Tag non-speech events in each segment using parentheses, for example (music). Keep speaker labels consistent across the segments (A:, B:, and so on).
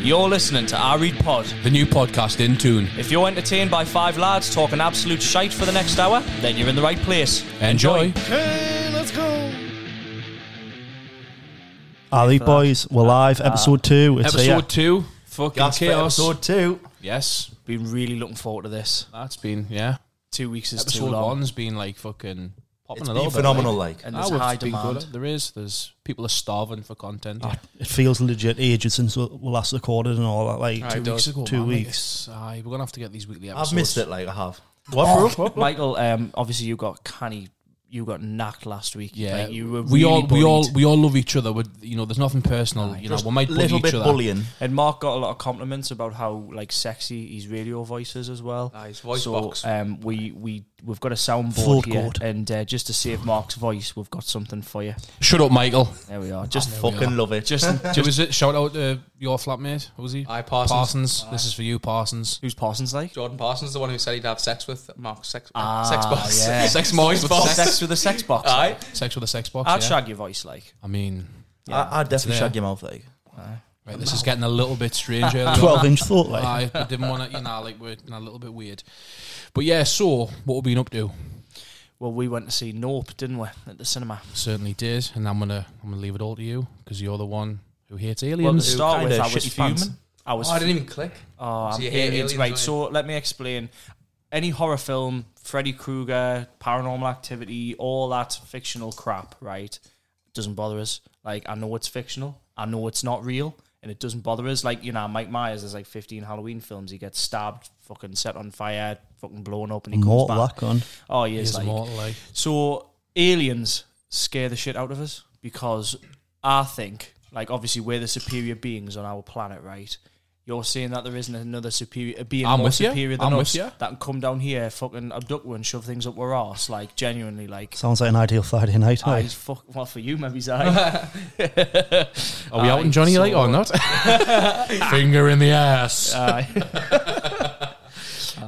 A: You're listening to I Read Pod.
B: The new podcast in tune.
A: If you're entertained by five lads talking absolute shite for the next hour, then you're in the right place.
B: Enjoy.
C: Hey, let's go.
D: Ali boys, we're live. Episode two. It's
B: Episode
D: here.
B: two. Fucking
D: That's for
B: chaos.
D: Episode two.
B: Yes,
A: Been really looking forward to this.
B: that's been yeah.
A: Two weeks is too
B: Episode
A: long.
B: one's been like fucking popping
D: It's
B: a
D: been
B: little
D: phenomenal,
B: Bit,
D: like.
A: And
B: Ah,
A: there's
B: we've
A: high
B: been
A: demand.
B: good. There is. There's people are starving for content.
D: It feels legit ages since we we last recorded and all that. Like
B: It
D: two
B: does.
D: weeks ago. Two
B: man,
D: weeks.
B: it's- aye, we're gonna have to get these weekly
E: I've
B: episodes.
E: missed it, like I have.
B: Oh,
D: What, bro?
A: Michael, um, obviously you got canny, you got knacked last week.
B: Yeah,
A: Like, you were
B: we
A: really
B: all we
A: bullied.
B: all we all love each other. We're, you know, there's nothing personal. you know, we might
E: A
B: bully
E: little
B: each
E: bit
B: other.
E: bullying.
A: And Mark got a lot of compliments about how like sexy his radio voice is as well.
B: Ah, his voice
A: so,
B: box.
A: Um, we we we've got a soundboard
D: Float
A: here,
D: cord.
A: and uh, just to save Mark's voice, we've got something for you.
B: Shut up, Michael.
A: There we are. Just
E: Fucking love it.
B: Just, just was it? Shout out uh, your flatmate. Who was he?
F: Aye, Parsons.
B: Parsons. This is for you, Parsons.
A: who's Parsons like?
F: Jordan Parsons, the one who said he'd have sex with Mark Sex
A: Ah,
F: Sex Box.
A: yeah.
B: Sex boys with
F: box.
A: Sex with a (laughs) sex box.
F: Aye.
B: Sex with a sex box.
A: Uh, I'd
B: yeah.
A: shag your voice like.
B: I mean,
E: I, I'd definitely
B: there.
E: shag your mouth, like.
B: right, this is getting a little bit strange. early on.
D: Twelve inch thought. Like
B: Aye, but didn't want to, you know, like we're you know, a little bit weird. But yeah, so what we've been up to
A: Well, we went to see Nope, didn't we, at the cinema?
B: certainly did, and I'm gonna I'm gonna leave it all to you because you're the one who hates
A: Well, to
B: aliens.
A: start with,
E: kinda
A: I was
E: shit your pants.
A: fuming. I was.
F: Oh, (laughs) I didn't even click.
A: Oh, I'm
F: So you hate
A: aliens,
F: aliens,
A: right?
F: don't you?
A: So let me explain. Any horror film, Freddy Krueger, Paranormal Activity, all that fictional crap, right? Doesn't bother us. Like I know it's fictional, I know it's not real, and it doesn't bother us. Like you know, Mike Myers there's like 15 Halloween films. He gets stabbed, fucking set on fire, fucking blown up, and he comes
D: more
A: back.
D: luck on.
A: Oh, he is
B: He's
A: like-
B: immortal, like.
A: so aliens scare the shit out of us because I think, like, obviously we're the superior beings on our planet, right? You're saying that there isn't another superior a being
B: I'm
A: more
B: with you.
A: superior than
B: I'm with
A: us
B: you.
A: that can come down here, fucking abduct one, shove things up our arse, like genuinely, like.
D: Sounds like an ideal Friday night.
A: Aye,
D: Like.
A: he's fuck. Well, for you, maybe he's aye.
B: (laughs)
A: (laughs)
B: Are we out
A: Aye,
B: in Johnny like
A: so- (laughs)
B: or not? Finger in the ass. (laughs)
A: aye.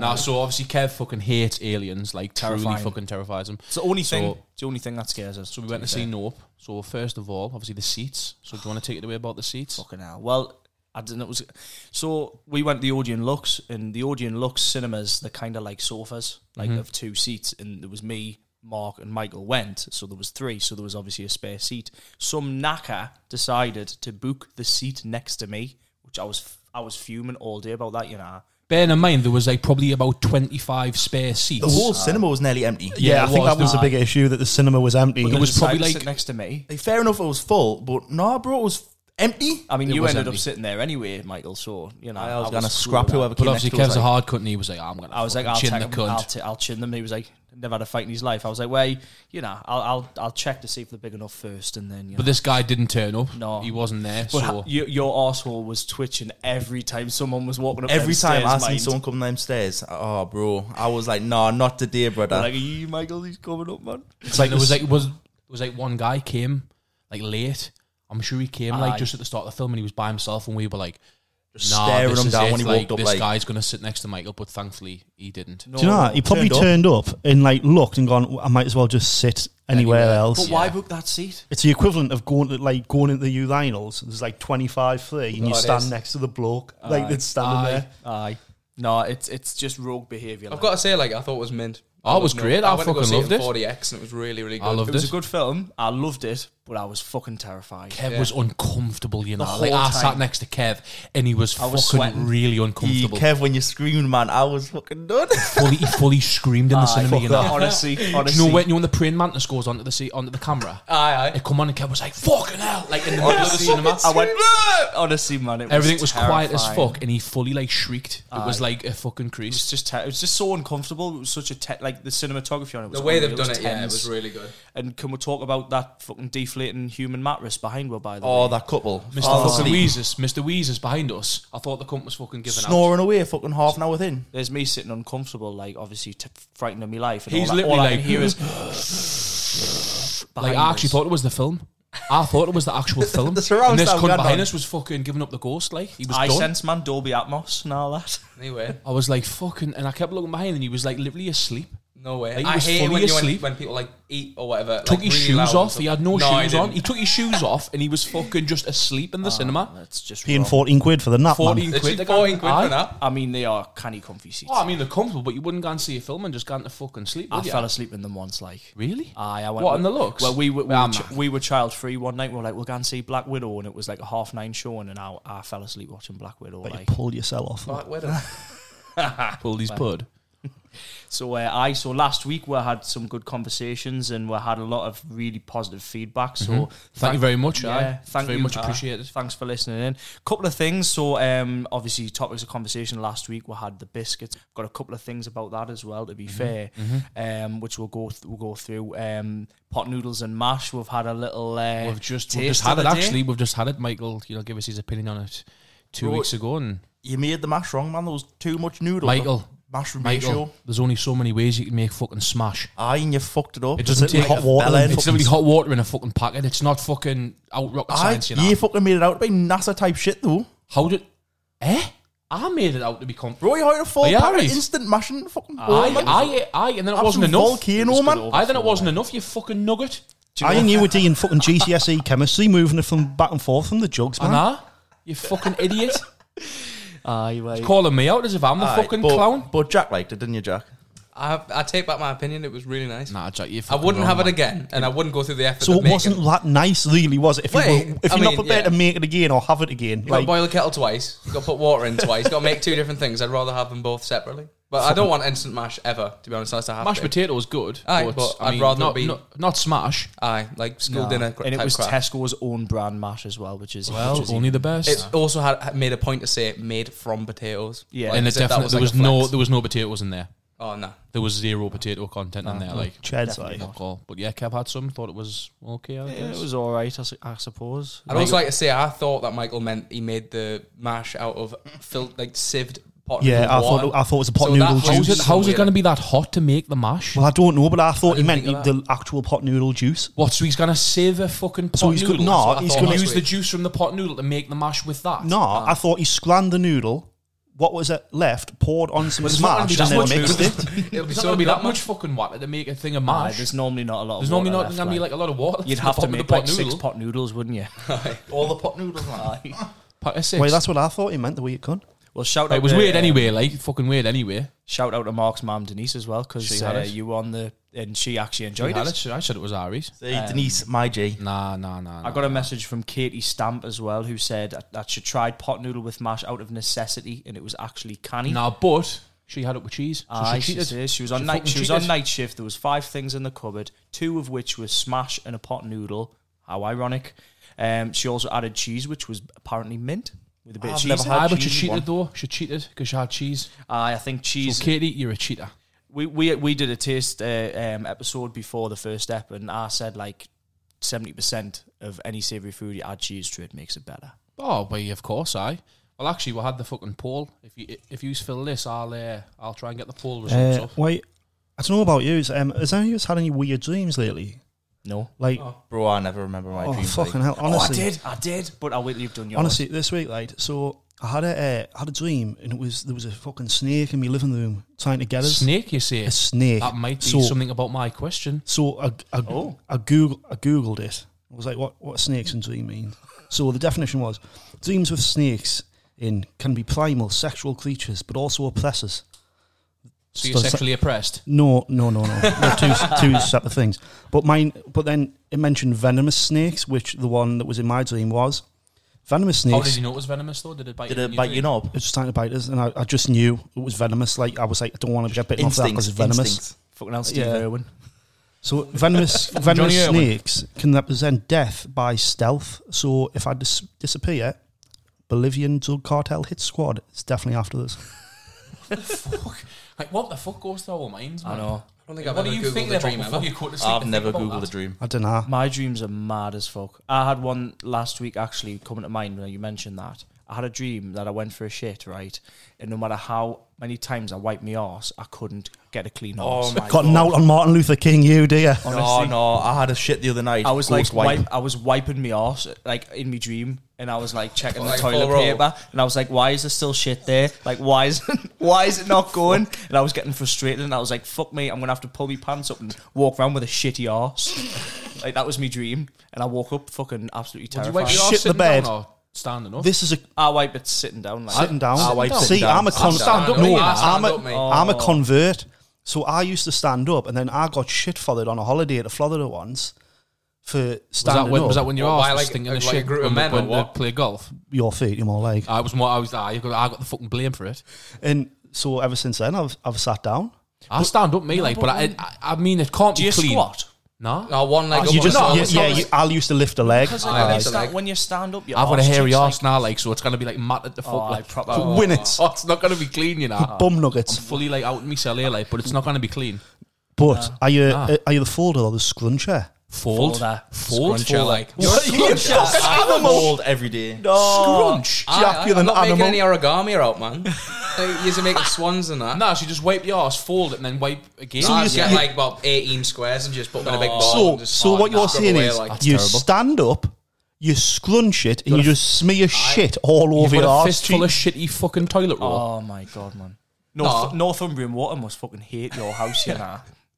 B: now, so obviously Kev fucking hates aliens, like
A: Terrifying.
B: truly fucking terrifies him.
A: It's the only
B: So-
A: thing. it's the only thing that scares us.
B: So we went to see Nope. So first of all, obviously the seats. So do you want to take it away about the seats?
A: Fucking hell. Well, I didn't. It was so we went to the Odeon Lux, and the Odeon Lux cinemas they're kind of like sofas, like
B: Mm-hmm.
A: of two seats, and there was me, Mark, and Michael went. So there was three. So there was obviously a spare seat. Some knacker decided to book the seat next to me, which I was f- I was fuming all day about that. You know,
B: Bearing in mind there was like probably about 25 spare seats.
E: The whole Uh, cinema was nearly empty.
D: Yeah,
B: Yeah,
D: I
B: it
D: think
B: was,
D: that was the
B: aye.
D: big issue that the cinema was empty.
B: It was
A: Decided
B: probably
A: to
B: like
A: sit next to me.
E: Like, fair enough, it was full, but nah, bro, it was empty.
A: I mean,
B: It
A: you
B: was
A: ended
B: empty.
A: up sitting there anyway, Michael. So you know,
E: I was, gonna
A: screwed
E: scrap
A: up.
E: whoever
B: But
E: came
B: obviously,
E: next to us,
B: Kev's a
E: like,
B: hard cunt, and he was like, "Ah, "I'm gonna."
A: I was like, I'll
B: chin
A: check
B: the
A: them.
B: cunt.
A: I'll, t- I'll chin them. He was like, never had a fight in his life. I was like, well, you know, I'll I'll, I'll check to see if they're big enough first, and then you
B: but
A: know.
B: this guy didn't turn up.
A: No.
B: he wasn't there.
A: But
B: so
A: ha- your, your arsehole was twitching every time someone was walking up.
E: Every
A: them
E: time I
A: stairs,
E: seen
A: mind.
E: someone come downstairs, oh, bro, I was like, nah, not today, brother.
A: like, you Michael, he's coming up, man.
B: it's like there was like was was like one guy came like late. I'm sure he came
A: Aye.
B: like just at the start of the film, and he was by himself, and we were like,
E: Just
B: "Nah,
E: staring
B: this
E: him
B: is
E: down
B: it.
E: when he
B: like,
E: walked up,
B: This
E: like-
B: guy's gonna sit next to Michael, but thankfully he didn't.
A: No,
D: Do you know that? He probably turned
E: Turned
D: up. and like looked and gone. I might as well just sit anywhere,
B: Anywhere.
D: else.
A: But why book that seat?
D: It's the equivalent of going to, like going into the urinals. There's like 25 free, and you
F: it
D: stand
F: is.
D: next to the bloke like that's standing
B: Aye.
D: there.
A: Aye. No, it's it's just rogue behaviour.
F: I've
A: like.
F: got to say, like, I thought it was mint.
B: Oh, it was
F: no-
B: great. I
F: went to go
B: fucking
F: see
B: loved it.
F: in 40x, and it was really, really good.
B: I loved
A: It was a
B: it.
A: good film. I loved it, but I was fucking terrified.
B: Kev was uncomfortable, you know.
A: whole
B: like I
A: time.
B: sat next to Kev, and he was fucking
A: was sweating.
B: really
E: Ye,
B: uncomfortable.
E: Kev, when you screamed, man, I was fucking done.
B: fully, he fully screamed in the cinema. You know,
A: honestly, honestly,
B: (laughs) you know when you know when the praying mantis goes onto the sea onto the camera.
A: Uh.
F: Aye, aye.
B: It come on and Kev was like, "Fucking hell!" (laughs) Like in the middle of the
A: honestly,
B: cinema.
A: I
B: (laughs)
A: went. Honestly, man, it was
B: Everything was quiet as
A: terrifying.
B: fuck, and he fully like shrieked. It was like a fucking crease.
A: It's just te- it was just so uncomfortable. It was such a te- like the cinematography on it. Was
F: The way
A: unreal.
F: they've done
A: was
F: it, yeah, it
A: tense.
F: was really good.
A: And can we talk about that fucking deflating human mattress behind? Well, by the
E: oh,
A: way,
E: that couple.
B: Mr.
E: Oh,
B: fucking
E: sleep.
B: Weezers, Mr. Weezers behind us. I thought the cunt was fucking giving out.
E: Snoring away, fucking half an hour in.
A: there's me sitting uncomfortable, like obviously t- frightened of me life. And
B: He's
A: all that, all
B: literally
A: I
B: like-
A: can hear is
B: (gasps) Like
A: behind
B: I actually
A: us.
B: thought it was the film. I thought it was
A: (laughs)
B: the actual film.
E: the surround
B: and this
E: sound
B: cunt
E: got
B: behind
E: on.
B: us was fucking giving up the ghost. Like he was
A: I
B: done.
A: sense man Dolby Atmos and all that. (laughs)
F: Anyway,
B: I was like fucking, and I kept looking behind, and he was like literally asleep.
F: No way.
B: Like, he
F: I
B: was
F: hate
B: fully
F: when, you- when,
B: asleep.
F: when people like eat or whatever.
B: took
F: like,
B: his
F: really
B: shoes
F: loud
B: off.
F: and
B: He had no
F: stuff. No,
B: shoes
F: he
B: on.
F: didn't.
B: He took his shoes off and he was fucking just asleep in the cinema.
A: That's just
D: Paying
A: wrong.
D: 14 quid for the nap, man.
B: 14
F: Literally
B: quid.
F: 14 quid
B: Aye.
F: for that.
A: I mean, they are canny comfy seats.
B: Oh, I mean, they're comfortable, but you wouldn't go and see a film and just go into fucking sleep.
A: I
B: Would Ah, you?
A: fell asleep in them once, like.
B: Ah, Really?
A: Aye, I went.
B: What, in the looks?
A: Well, we were we,
B: Ah,
A: were, ch-
B: man.
A: we were child free one night. We were like, we'll go and see Black Widow, and it was like a half nine show, and I, I fell asleep watching Black Widow.
D: But you
A: Like,
D: pull yourself off.
F: Black Widow.
B: Pulled his pud.
A: so uh, I so last week we had some good conversations, and we had a lot of really positive feedback. So
B: Mm-hmm. Thank you very much.
A: Yeah,
B: aye.
A: thank
B: very
A: you.
B: much
A: Uh,
B: appreciated.
A: Thanks for listening in. Couple of things. So, um, obviously, topics of conversation last week. We had the biscuits. Got a couple of things about that as well. To
B: Mm-hmm.
A: be fair, um, which we'll go th- we'll go through. Um, pot noodles and mash. We've had a little. Uh,
B: We've just, we've
A: taste
B: just had
A: of
B: it.
A: the day.
B: Actually, we've just had it. Michael, you know, give us his opinion on it two
E: Right.
B: weeks ago, and
E: You made the mash wrong, man. There was too much noodle.
B: Michael,
E: mash
B: Michael,
E: ratio.
B: there's only so many ways you can make fucking smash.
E: Aye, and you fucked it up.
B: It doesn't
D: Is it
B: take
D: hot
B: a
D: water
B: bell
D: and
B: end. It's
D: fucking-
B: literally hot water in a fucking packet. It's not fucking out rocket
E: Aye,
B: science, you know.
E: you fucking made it out to be NASA type shit though.
B: How did? Eh? I made it out to be comfortable.
E: Bro, you had a full
B: Are you
E: pack of
B: alright?
E: instant mashing fucking ball,
B: Aye,
E: man.
B: aye, aye, and then it wasn't
E: Absolute
B: enough.
E: volcano, man.
B: I then it wasn't enough. You fucking nugget.
D: I knew you were doing fucking GCSE E chemistry, moving it from back and forth from the jugs, man.
B: Nah, you fucking idiot.
A: Aye, wait.
B: Calling me out as if I'm the
E: Aye,
B: fucking
E: but,
B: clown.
E: But Jack liked it, didn't you, Jack?
F: I, I take back my opinion. It was really nice.
B: Nah, Jack, you.
F: I wouldn't have it again, and I wouldn't go through the effort.
D: So
F: of
D: it
F: making
D: wasn't that nice, really, was it? If,
F: Wait,
D: you were, if
F: I
D: you're
F: mean,
D: not prepared
F: yeah.
D: to make it again or have it again,
F: You got
D: like
F: to boil the kettle twice. You got to put water in twice. You got to make two different things. I'd rather have them both separately. But I don't want instant mash ever. To be honest, that's a half
B: Mashed
F: been.
B: potato is good.
F: Aye,
B: but,
F: but
B: I
F: I'd
B: mean,
F: rather
B: not,
F: be-
B: not, not smash.
F: Aye, like school
A: Nah.
F: dinner. cr-
A: Uh, and it
F: type
A: was
F: crap.
A: Tesco's own brand mash as well, which is
B: Well,
A: which is
B: only the best.
F: It also had had made a point to say made from potatoes.
A: Yeah.
B: and
F: as
B: it
F: if that
B: definitely there
F: like
B: was
F: a
B: no
F: flex.
B: there was no potatoes in there.
F: Oh no.
B: There was zero potato content in there. Like
D: Chad's like,
B: fuck all. But yeah, Kev had some. Thought it was okay. I
A: even-
B: guess.
A: Yeah, it was all right, I, su- I suppose.
F: I'd also like to say I thought that Michael meant he made the mash out of filled like sieved pot.
D: yeah, I
F: noodle water.
D: thought, I thought it was a pot
F: So
D: noodle
F: that was-
D: juice.
B: How's it, how's it
F: Weird.
B: going to be that hot to make the mash?
D: Well, I don't know, but I thought he
F: didn't
D: meant
F: think of
D: the actual pot noodle juice.
B: What? So he's going to save a fucking pot
D: So he's
B: noodle.
D: good- no,
F: That's what I
D: he's
F: thought
D: gonna
F: last
B: use the
F: week.
B: juice from the pot noodle to make the mash with that.
D: No, I thought he scranned the noodle. What was it left? Poured on some
B: it's not
D: smash
B: gonna
D: and
B: be
D: then
B: that much
D: mixed it.
F: It'll be
B: It's not
F: so
B: going to
F: be
B: be that much fucking water to make a thing of
A: Aye,
B: mash.
A: there's normally not a lot of
B: There's
A: water
B: normally not
A: left,
B: going to be
A: like.
B: like a lot of water.
A: You'd
B: from
A: have
B: the
A: to
B: bottom of
A: make
B: the
A: like
B: pot
A: six
B: noodle.
A: pot noodles, wouldn't
B: (laughs)
A: you?
E: All the pot noodles, man.
B: Pack of six.
D: Wait, that's what I thought he meant, the way it cut.
A: (laughs) Well, shout out.
B: it was
A: to,
B: weird
A: uh,
B: anyway. Like fucking weird anyway.
A: Shout out to Mark's mum Denise as well because
B: She had
A: uh,
B: it.
A: you were on the and she actually enjoyed
B: She had
A: it.
B: it. She- I said it was Ari's.
E: See, Denise, my G.
B: Nah, nah, nah.
A: I got a message from Katie Stamp as well who said that- that she tried pot noodle with mash out of necessity and it was actually canny.
B: Nah, but she had it with cheese. So
A: Aye,
B: she
A: she,
B: cheated.
A: says she was on night.
B: fucking
A: She was on
B: cheated.
A: night shift. There was five things in the cupboard, two of which was smash and a pot noodle. How ironic! Um, she also added cheese, which was apparently mint with a bit of
E: I've
A: cheese.
E: never
A: in it.
E: had
B: Aye, but she
E: cheese
B: cheated
E: one.
B: though. She cheated because she had cheese.
A: Aye, I think cheese.
B: So Katie, you're a cheater.
A: we we we did a taste uh, um, episode before the first step, and I said like seventy percent of any savoury food you add cheese to it makes it better.
B: Oh, but of course, I. Well, actually, we had the fucking poll. If you if you fill this, I'll uh, I'll try and get the poll results
D: Uh,
B: up.
D: wait, I don't know about you. Um, has any of us had any weird dreams lately?
A: No,
D: Like,
F: Oh.
E: Bro, I never remember my
D: oh,
E: dreams. like.
D: fucking hell. Honestly,
A: oh, I did, I did, but I wait, till you've done yours.
D: honestly, this week, like, so I had a uh, had a dream, and it was there was a fucking snake in my living room trying to get us.
B: Snake, you say?
D: A snake.
B: That might be
D: so,
B: something about my question.
D: So I, I,
A: Oh.
D: I Google I googled it. I was like, what what snakes and dream mean? So the definition was dreams with snakes in can be primal sexual creatures, but also oppressors.
B: So you're
D: So it's like-
B: sexually oppressed.
D: No, no, no, no. They're two (laughs) two separate things. But mine. But then it mentioned venomous snakes, which the one that was in my dream was venomous
B: How did
D: snakes.
B: you know it was venomous though? Did it bite?
E: Did
B: you
E: it
B: in your
E: bite your
B: dream?
E: knob?
D: It was trying to bite us, and I, I just knew it was venomous. Like I was like, I don't want to get bitten off that because
E: Instincts.
D: it's venomous.
E: Instincts.
A: Fucking hell, Steve
D: Yeah.
A: Irwin.
D: So venomous venomous
B: (laughs) Johnny Irwin.
D: snakes can represent death by stealth. So if I dis- disappear, Bolivian drug cartel hit squad. It's definitely after us.
B: Like what the fuck goes through our minds? Man?
A: I know.
F: I don't think I've
B: Like, what
F: ever
B: do you
F: googled
B: think
F: the
B: about
F: dream
B: before
F: ever.
B: you go to sleep
E: I've
B: and
E: never
B: think about
E: googled a
B: that?
E: dream.
D: I don't know.
A: My dreams are mad as fuck. I had one last week actually coming to mind when you mentioned that. I had a dream that I went for a shit, right? And no matter how many times I wiped my arse, I couldn't get a clean arse.
E: Oh my
D: Got
E: God.
D: an out on Martin Luther King, you dear.
B: Oh.
E: No, no, Oh, I had a shit the other night.
A: I was like,
E: Ghost wipe.
A: wipe. I was wiping my arse like in my dream, And I was like checking the
F: Like a full
A: toilet
F: roll.
A: paper, and I was like, "Why is there still shit there? Like, why is (laughs) why is it not going?" And I was getting frustrated, and I was like, "Fuck me, I'm gonna have to pull my pants up and walk around with a shitty arse." like that was my dream, and I woke up fucking absolutely
B: Did you
A: terrified.
B: wipe your arse
D: Shit the
B: sitting
D: bed.
B: down or standing up?
D: This is a
A: I wipe it sitting down. Like,
D: sitting down.
E: I wiped
D: See,
E: sitting down.
D: I'm a con- Oh.
F: Stand up,
D: no,
F: mate.
D: I'm
F: Stand
D: a,
F: up, mate.
D: I'm a convert. So I used to stand up, and then I got shit for it on a holiday at Florida once for
B: was
D: standing
B: that, when,
D: up.
B: was that when your
F: Or
B: arse
F: by,
B: was
F: like,
B: stinking
F: a-
B: the
F: like a
B: shit
F: group of
B: when-
F: men or
B: when they
F: what?
B: play golf?
D: your feet in my leg?
B: I was more. I was. I got. I got the fucking blame for it.
D: And so ever since then, I've I've sat down.
B: I stand up, me like, but I, I, I mean, it can't
A: do
B: be
A: you
B: clean.
A: squat?
B: No,
F: No, Oh, one leg. up,
B: you
F: one
B: just-
F: down.
B: you-
F: It's
D: yeah,
F: not
D: you,
F: like-
D: I used to lift a leg.
A: Because
F: I
A: like,
F: like
A: it's
F: to
A: like
F: like-
A: when you stand up, your
B: I've got a
A: arse
B: hairy
A: cheeks, like-
B: arse now, like, so it's gonna be like mat at the fuck,
A: Oh, I
B: like
A: proper-
B: fuck.
D: Win it.
B: Oh, it's not gonna be clean, you know.
D: Bum nuggets.
B: Fully like out in my cell here, like, but it's not gonna be clean.
D: But are you
B: Ah.
D: uh, are you the folder or the scruncher?
B: Fold,
A: Folder.
B: fold,
F: Scruncher,
B: fold, like
F: like- You're a scruncher.
E: I fold every day.
B: scrunch.
F: Aye,
D: Jack,
F: aye,
D: you're
F: I'm
D: an
F: not
D: animal.
F: making any origami out, man. like, you're making swans and that.
B: No, so you just wipe your ass, fold it, and then wipe again.
D: So
F: I'd
D: you
F: get
D: you-
F: like about 18 squares and just put them in a big
B: No.
F: ball.
D: So
F: and just
D: so
F: hard
D: what you're
F: scrub
D: saying
F: away,
D: is
F: like,
D: you
B: terrible.
D: stand up, you scrunch it, and you just smear shit all
B: You've
D: over
B: got
D: your
B: a
D: arse.
B: fistful of
D: cheek.
B: shitty fucking toilet roll.
A: Oh my god, man! North, Northumbrian water must fucking hate your house,
B: (laughs)
A: you know.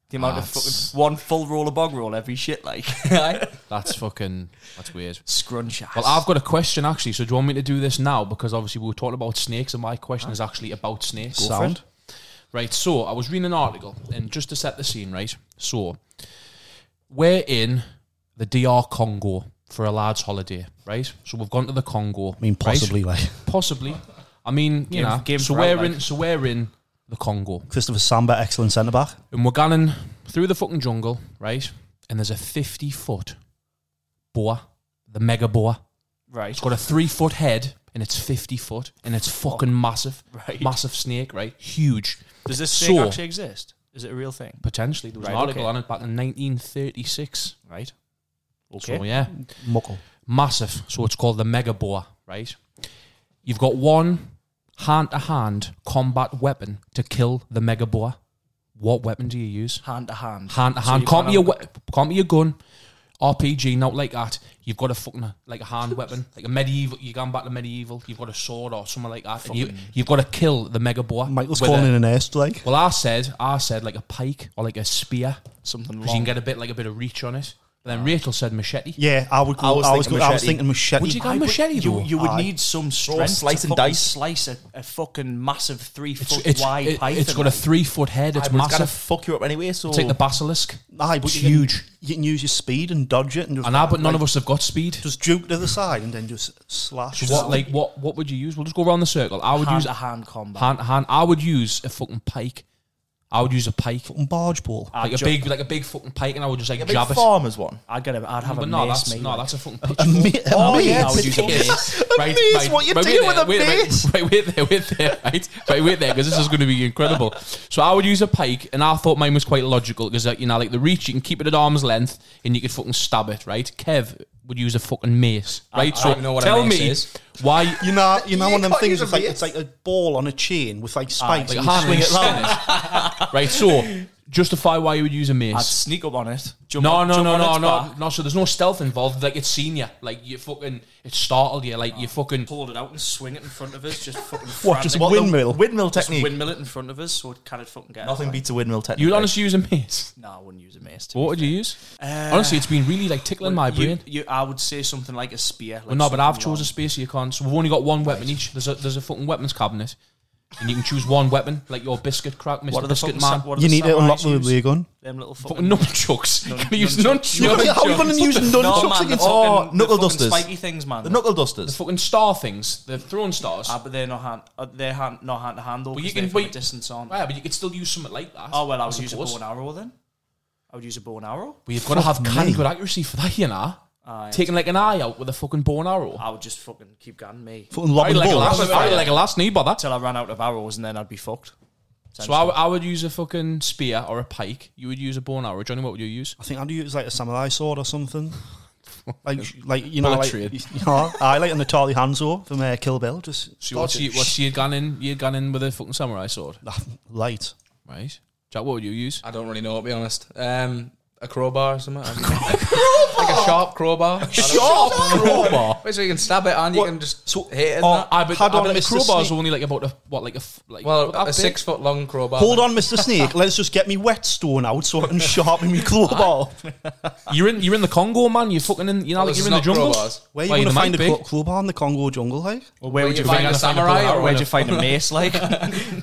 A: The amount of
B: That's-
A: fucking one full roll of bog roll every shit like (laughs)
F: aye.
B: That's fucking. That's weird.
A: scrunch. ass.
B: Well, I've got a question actually. So do you want me to do this now? Because obviously we were talking about snakes, and my question is actually about snakes.
D: Sound.
B: Right, so I was reading an article, and just to set the scene, right? So we're in the DR Congo for a lad's holiday, right? So we've gone to the Congo.
D: I mean, possibly like
B: Possibly. I mean, you
A: Game-
B: know,
A: game
B: so
A: for
B: we're
A: outlife.
B: in so we're in the Congo.
D: Christopher Samba, excellent centre back.
B: And we're going through the fucking jungle, right? And there's a fifty foot boa, the mega boa.
A: right,
B: It's got a three foot head and it's fifty foot and it's fucking massive.
A: right.
B: Massive snake, right? Huge.
A: Does this
B: So-
A: thing actually exist? Is it a real thing?
B: Potentially. There was an
A: Right,
B: article
A: okay.
B: on it back in nineteen thirty six, right?
A: Okay.
B: So yeah.
D: Muckle.
B: massive. So it's called the Mega Boa, right? You've got one hand to hand combat weapon to kill the Mega Boa. What weapon do you use?
A: Hand to hand.
B: Hand to
A: So
B: hand.
A: you
B: Can't be a
A: have-
B: we- can't be a gun. RPG, not like that. You've got a fucking like a hand weapon, like a medieval. You're going back to medieval. You've got a sword or something like that. And you you've got to kill the mega boa.
D: Michael's
B: with
D: calling
B: a-
D: in an airstrike.
B: Well, I said I said like a pike or like a spear
A: something
B: because you
A: long.
B: can get a bit like a bit of reach on it. But then Rachel said machete.
D: Yeah, I would. Go, I was, I was,
E: thinking
D: go, I was
E: machete.
D: thinking machete.
B: Would you go
A: I would-
B: machete
A: you,
B: though?
A: you would
D: Aye.
A: need
B: Oh,
A: some strength
E: slice
A: to
E: and
A: fucking
E: dice.
A: slice a, a fucking massive three
B: It's,
A: foot
B: it's,
A: wide
B: it,
A: python.
B: has got a three foot head. It's
E: It's gonna
B: massive.
E: fuck you up anyway. So
B: Take the basilisk.
D: Aye, but
B: It's
D: you
B: huge.
D: Can, you can use your speed and dodge it, and just
B: And I, but none
D: like,
B: of us have got speed.
D: just juke to the side and then just slash.
B: what, like, what, what would you use? We'll just go around the circle. I would
A: hand
B: use
A: to hand combat.
B: hand, hand. I would use a fucking pike. I would use a pike,
D: Fucking barge pole.
A: I'd
B: like a
A: ju-
B: big, like a big fucking pike, and I would just like
E: a big
B: jab it.
E: farmer's one.
A: I'd get a. I'd have a
B: But no,
A: mace.
B: that's
A: mate,
B: no,
A: like-
B: that's a fucking pitch.
D: A ma- a
E: Oh,
D: mace.
E: yeah,
A: I would use a
D: (laughs)
A: mace.
D: mace, what you doing with a
B: wait, minute,
D: mace?
B: Right, wait there, wait there, right, right, wait there, because this is going to be incredible. So I would use a pike, and I thought mine was quite logical because you know, like the reach, you can keep it at arm's length, and you could fucking stab it, right? Kev would use a fucking mace, right?
F: I
B: so
F: don't know what a
B: tell
F: mace
B: me
F: is. (laughs)
B: why.
D: You know, you know,
E: You
D: one of them
E: can't
D: things.
E: use a
D: It's like
E: mace.
D: it's like a ball on a chain with like spikes.
B: Like a
D: and you swing
B: hand
D: it round.
B: right, so justify why you would use a mace.
A: I'd sneak up on it. Jump
B: No,
A: on-
B: no,
A: jump
B: no,
A: on
B: no,
A: its
B: no,
A: back,
B: no. So there's no stealth involved. Like it's seen you. Like you fucking, it startled you. Like you fucking.
A: Pull it out and swing it in front of us. Just fucking.
D: What? Just
A: frantic-
D: a windmill.
E: Windmill
A: Just
E: technique.
A: windmill it in front of us, so it kind of fucking get.
E: Nothing beats a windmill technique.
B: You'd
E: right?
B: honestly use a mace.
A: No, I wouldn't use a mace. to be
B: What would you use? Honestly, it's been really like tickling my brain.
A: You, you, I would say something like a spear. Like
B: Well, no, but I've
A: something
B: chose a space you can't. So we've only got one weapon each. There's a there's a fucking weapons cabinet, and you can choose one weapon, like your biscuit crack,
A: long. What
B: Mister
A: are the fucking
B: Biscuit Man.
A: sa- what are
D: You
A: the
D: need to unlock
A: samurais
D: the
A: use?
D: layer gun.
A: Them little fucking.
B: fucking (laughs) nunchucks.
A: Nun-
B: Can I use
A: nunchucks.
B: nunchucks?
A: You're
D: (laughs) gonna- how you gonna use
B: Fucking-
D: nun-
A: No
D: Nunchucks
A: man, the
D: against-
A: fucking,
E: Oh, knuckle
A: the fucking
E: dusters.
A: spiky things, man.
E: the knuckle
B: The
E: dusters.
B: fucking star things. They're throwing stars.
A: Ah, but they're not hand. Uh, they're hand, not hand to hand though.
B: Well, you
A: 'cause
B: can
A: they're from a
B: wait-
A: distance on.
B: yeah, but you could still use something like that.
A: Oh well, I would use a
B: suppose.
A: bow and arrow then. I would use a bow and arrow. Ah,
B: But you've got to have
D: Fuck
B: canny
D: me.
B: good accuracy for that, you know.
A: Aye.
B: Taking like an eye out with a fucking bow and arrow.
A: I would just fucking keep going me
D: Fucking lobbing
B: like, a last,
D: balls.
B: probably like a last knee by that.
A: till I ran out of arrows, and then I'd be fucked.
B: So I, w- I would use a fucking spear or a pike. You would use a bow and arrow. Johnny, what would you use?
D: I think I'd use like a samurai sword or (laughs) something. Like, like you know,
B: Bullet
D: like
B: train.
D: you know, (laughs) I like an Natali Hanzo from uh, Kill Bill. Just
B: So what's you,
D: (laughs)
B: what's you gone in? You'd gone in with a fucking samurai sword,
D: ah, light.
B: right? Jack, what would you use?
F: I don't really know, to be honest. Um, a crowbar or something. I don't know. (laughs) like a sharp crowbar.
B: Sharp crowbar.
F: (laughs) Wait, so you can stab it and you can just
D: So-
F: hit it. and
D: oh,
F: that.
B: I but,
D: Hard
B: I
D: on
B: bet the
D: Mr.
B: crowbar's
D: Sneak.
B: only like about a what like a f- like
F: well,
B: about that
F: a
B: big?
F: six foot long crowbar.
D: Hold on, Mr. (laughs) Snake. Let's just get me whetstone out so I can sharpen me (laughs) crowbar.
B: You're in you're in the Congo, man. You're fucking in you know
F: Well,
B: like
F: this
B: you're
F: is
B: in the
F: not
B: jungle.
F: crowbars.
D: Where you
B: Well,
D: going to
B: might
D: find a
B: be.
D: clo- crowbar in the Congo jungle, like?
A: Or where would you
F: find
A: find?
F: a
B: find a bullet
F: samurai or
A: Where'd
F: where'd
A: you find a mace? Like (laughs)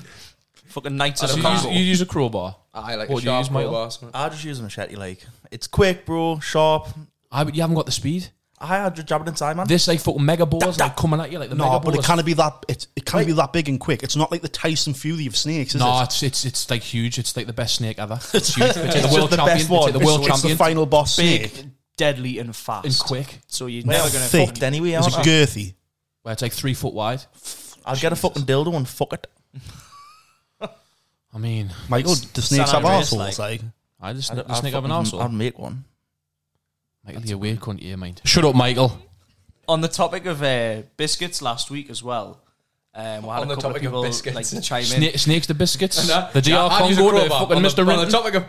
A: fucking knights of
B: So you
A: Congo.
B: use, you use a crowbar.
F: I like
B: What
F: a
B: do you
F: sharp
B: use, Michael?
F: crowbar. or something.
E: I just use a machete. Like it's quick, bro. Sharp.
B: I but you haven't got the speed.
E: I had to jab it inside, man.
B: This like fucking mega balls like coming at you like the
D: No,
B: mega
D: but it
B: balls.
D: can't be that. It, it can't be that big and quick. It's not like the Tyson Fury of snakes, is
B: No,
D: it?
B: it's it's it's like huge. It's like the best snake ever.
D: (laughs)
B: It's huge. It's like the
E: just
B: world
E: the
B: champion.
E: best
B: It's like the
E: one.
B: world
D: So it's the
B: champion.
D: final boss
A: Big,
D: snake.
A: deadly, and fast.
B: And quick.
A: So you're
E: Well,
A: never gonna
D: thick.
A: fucking-
E: fucked anyway.
D: It's
E: Aren't I?
D: girthy.
B: Where it's like three foot wide.
E: I'll get a fucking dildo and fuck it.
B: I mean,
D: Michael,
A: It's
D: the snakes
A: San
D: have
A: Andreas,
D: arseholes, like.
B: I just
E: I'd-
B: the
E: I'd
B: snake have an
E: fucking- I'd
B: arsehole.
E: make one.
B: Michael, you're weird, cunt. You mind? Shut up, Michael.
A: On the topic of uh, biscuits last week as well. Um, we had
F: On
A: a couple
F: the topic
A: of
F: of
A: people
F: biscuits.
A: like to chime in.
B: Sna- snakes to biscuits.
F: No.
B: The DR
F: Yeah, I'd use a
B: Congo to
F: crowbar.
B: fucking
F: On the-
B: Mr.
F: On the
B: Rinton.
F: topic of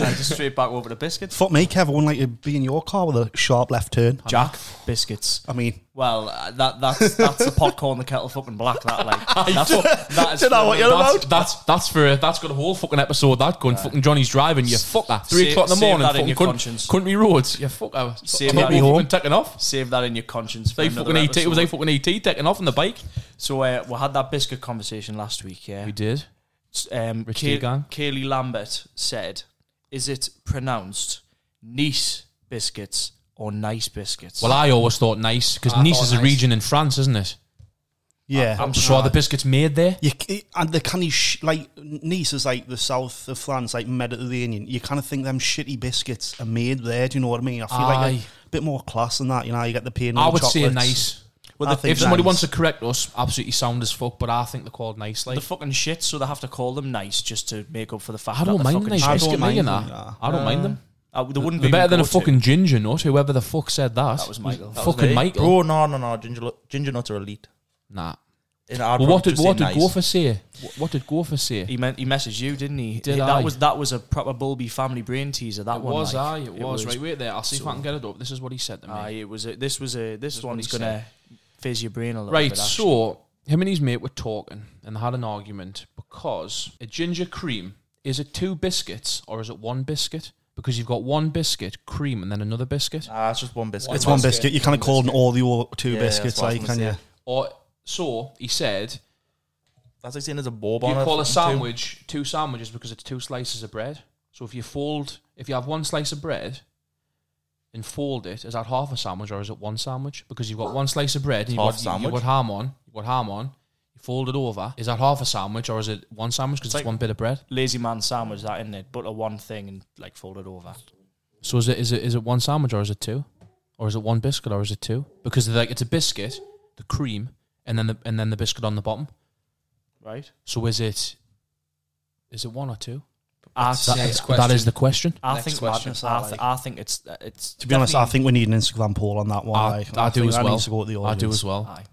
A: (laughs) Uh, just straight back over to
D: (laughs)
A: biscuits.
D: Fuck me, Kev. I wouldn't like to be in your car with a sharp left turn.
A: Jack biscuits.
D: I mean,
A: Well, uh, that that's that's the popcorn the kettle fucking black. That like that's what that is.
D: Dunno
A: for-
D: what you're
A: that's-
B: That's that's that's for that's got a whole fucking episode that going fucking Johnny's driving you fucker three
A: save-
B: o'clock in the
A: save
B: morning
A: that in
B: fucking
A: your
B: country,
A: conscience.
B: country roads you fucker
A: Save
B: I'm
A: that
B: not
A: in your-
B: fucking taking off
A: Save that in your conscience. For
B: they
A: another
B: fucking ET it
A: episode.
B: was they fucking ET taking off on the bike
A: So uh, we had that biscuit conversation last week. Yeah,
B: we did
A: um,
B: Rich
A: Kay-
B: Dugan.
A: Kaylee Lambert said, "Is it pronounced Nice biscuits or nice biscuits?"
B: well I always thought nice because
F: I
B: Nice
F: thought
B: is a
F: nice.
B: region in France isn't it
D: yeah.
B: so are the biscuits made there
D: you, c- and the kind of sh- like Nice is like the south of France, like Mediterranean. You kind of think them shitty biscuits are made there. Do you know what I mean? I feel like
B: Aye.
D: a bit more class than that. You know, you get the peanut.
B: I would say
D: chocolates.
B: nice
D: Well,
A: I
D: the-
A: think
B: if somebody
D: nice.
B: wants to correct us absolutely sound as fuck but I think they're called nice like
A: the fucking shit, so they have to call them nice just to make up for the fact.
B: I don't
A: that
B: mind
A: the
B: nice
A: fucking
B: biscuit
D: mind
B: making
D: them,
B: that.
D: nah.
B: I don't mind them
A: Uh, they wouldn't
B: they're
A: be
B: better
A: even
B: than a
A: go to.
B: fucking ginger nut whoever the fuck said that
A: That was Michael. That
F: was
B: fucking
F: me.
B: Michael
E: Bro, no, no, no. Ginger, lu- ginger nuts are elite.
B: nah
E: And I'd
B: Well,
E: probably
B: what did
E: just
B: what
E: say
B: did
E: nice.
B: Gopher say? What, what did Gopher say?
A: He meant he messaged you, didn't he?
B: Did
A: that
B: I?
A: was that was a proper Bulby family brain teaser. That
B: it
A: one
B: was
A: like.
B: I. It, was, right. Wait there. I'll see if I
A: so-
B: can get it up. This is what he said to me.
A: Aye, it was. A, this was a. This
B: That's what
A: one's
B: he
A: gonna fizz your brain a little
B: right.
A: bit. actually.
B: So him and his mate were talking, and they had an argument because a ginger cream is it two biscuits or is it one biscuit? Because you've got one biscuit, cream, and then another biscuit.
E: Ah, it's just one biscuit.
D: it's one
F: Basket,
D: biscuit. You kind of
F: one
D: call an Oreo two
E: Yeah, that's
D: biscuits,
E: what I was
D: like,
E: gonna
D: can you?
E: say.
B: Or so he said.
E: That's like saying there's a bob
B: You
E: on it.
B: call a
E: too.
B: sandwich two sandwiches because it's two slices of bread. So if you fold, if you have one slice of bread and fold it, is that half a sandwich or is it one sandwich? Because you've got one slice of bread and you've
E: Half
B: got,
E: sandwich.
B: you've got ham on, you've got ham on, you fold it over. Is that half a sandwich or is it one sandwich because it's,
A: like-
B: one bit of bread?
A: lazy man sandwich, that isn't it? Butter one thing and like fold it over.
B: So is it is it is it one sandwich or is it two, or is it one biscuit or is it two? Because they're like it's a biscuit, the cream, and then the and then the biscuit on the bottom.
A: Right.
B: So is it is it one or two?
A: I,
F: That's-
B: That-
F: Next
B: that is
F: question.
B: the question.
A: I
F: Next
A: think
F: question.
A: madness. I, th- I think it's uh, it's
D: To be honest, I
A: definitely-
D: think we need an Instagram poll on that one.
B: I-
D: like.
B: I do
D: think
B: as
D: that
B: well.
D: needs to go to the
B: I do
D: audience.
B: as well.
A: Aye.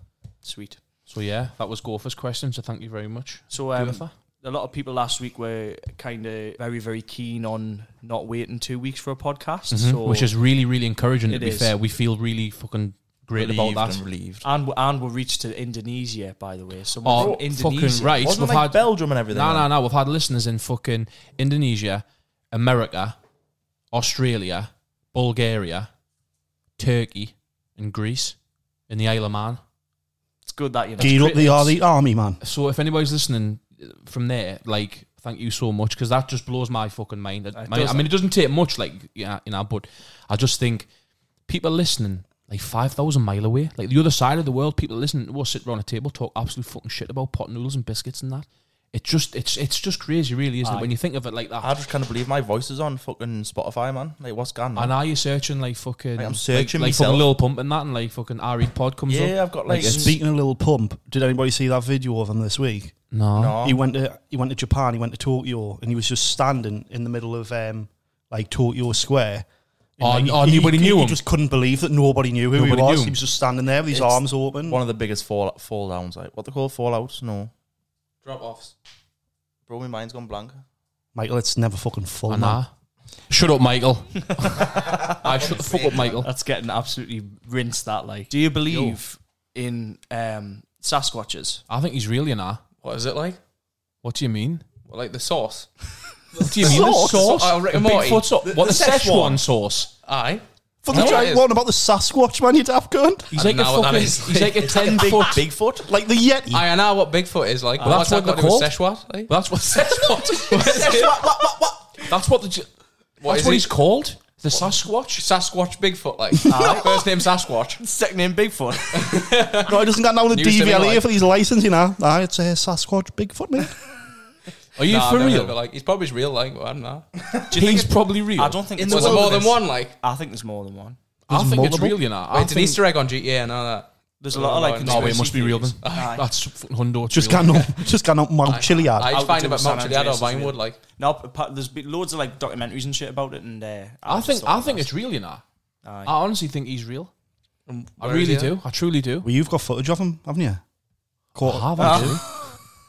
A: sweet.
B: So yeah, that was Gopher's question. So thank you very much.
A: So um,
B: Gopher.
A: a lot of people last week were kind of very very keen on not waiting two weeks for a podcast. So
B: Mm-hmm. which is really really encouraging. To
A: It
B: be
A: is.
B: fair, we feel really fucking great
E: Relieved
B: about
E: and
B: that.
E: relieved.
A: and we- and we reached to Indonesia by the way. Someone
B: Oh,
A: from
B: fucking
A: Indonesia.
B: right!
E: Wasn't
B: We've
E: it like
B: had
E: Belgium and everything.
B: no,
E: man?
B: no, no. We've had listeners in fucking Indonesia, America, Australia, Bulgaria, Turkey, and Greece, in the Isle of Man.
A: It's good that you know.
D: Gear up the,
B: That's-
D: the army, man.
B: So if anybody's listening uh, from there, like, thank you so much because that just blows my fucking mind. I, mean-
A: does.
B: I mean, it doesn't take much, like, yeah, you know, but I just think people listening like five thousand mile away, like the other side of the world, people listening to us sit around a table talk absolute fucking shit about pot noodles and biscuits and that. It just it's it's just crazy, really, isn't it? When you think of it like that.
E: I just can't believe my voice is on fucking Spotify, man. Like, what's going on?
B: and are you searching like fucking?
E: Like, I'm searching
B: like, like fucking
E: myself.
B: Lil Pump and that, and like fucking Ari Pod comes up.
E: Yeah, I've got like.
D: Speaking of Little Pump, did anybody see that video of him this week?
B: No,
E: no.
D: He went to he went to Japan. He went to Tokyo, and he was just standing in the middle of um like Tokyo Square. And,
B: Oh,
D: like,
B: oh, nobody
D: he,
B: knew
D: he
B: him.
D: Just couldn't believe that nobody knew who
B: Nobody
D: he
B: knew
D: was.
B: him.
D: He was just standing there with his
E: It's
D: arms open.
E: One of the biggest fall fall downs, like what they call fallouts. No,
F: Drop offs.
E: bro, my mind's gone blank.
D: Michael, it's never fucking full.
B: I
D: man.
B: know. Shut up,
E: (laughs)
B: Michael. (laughs) I shut the fuck up, Michael.
A: That's getting absolutely rinsed. That like, do you believe in um, Sasquatches?
B: I think he's really an R.
F: What is it like?
B: What do you mean?
F: Well, like the sauce.
B: What do you mean? The
F: Sauce?
B: sauce?
F: Oh, Rick
B: The
F: and Morty.
B: Bigfoot sauce. What the,
A: the Szechuan.
B: Szechuan sauce?
F: Aye.
D: For
F: No,
D: the
F: it
D: giant
F: is.
D: one about the Sasquatch, man, you daft cunt.
B: He's
F: I
B: like
F: don't
B: a
F: know what that
B: fucking.
F: is.
B: He's like a ten
A: Big,
B: foot.
A: Bigfoot?
D: Like the Yeti.
F: I know what Bigfoot is like. but
B: that's
F: what's that
B: what
F: got to do with eh?
B: they're
F: Szechuan? Like?
B: That's what Szechuan. That's what the. j- That's what
F: is he?
B: he's called. The Sasquatch.
F: Sasquatch Bigfoot, like. First name Sasquatch.
A: Second name Bigfoot.
D: no, he doesn't got down the
F: New civil
D: DVLA
F: life.
D: E for his license, you know. Nah, it's a Sasquatch Bigfoot, mate.
B: Are you
F: Nah,
B: for
F: I've never heard
B: real?
F: of it, Like, he's probably his real, like, but I don't know.
B: he's probably real.
A: I don't think it's
F: Was there
A: all
F: more
A: of
F: than
A: this.
F: one? Like,
A: I think there's more than one.
B: I think it's
D: multiple?
B: real, you know. I
F: it's an
B: think-
F: Easter egg on GTA and all that.
A: There's a lot of like.
F: No,
B: Oh, No,
A: conspiracy
B: it must be real then.
A: theories.
B: (laughs)
A: Aye.
B: That's fucking hundo. it's
D: Just
B: real.
D: can't, (laughs) just can't mount chili out.
F: I
A: Out
F: just find
A: to
F: about
A: San
F: Mount Chiliad or
A: Andreas as
F: Vinewood,
A: well.
F: like,
A: No, apart- there's been loads of like documentaries and shit about it, and uh,
B: I
A: just
B: think
A: thought
B: I
A: of
B: think
A: that.
B: it's real, you know.
A: Aye.
B: I honestly think he's real. I
F: where is
B: really
F: he
B: do.
F: at?
B: I truly do.
D: Well, you've got footage of him, haven't you? Caught.
B: I have actually.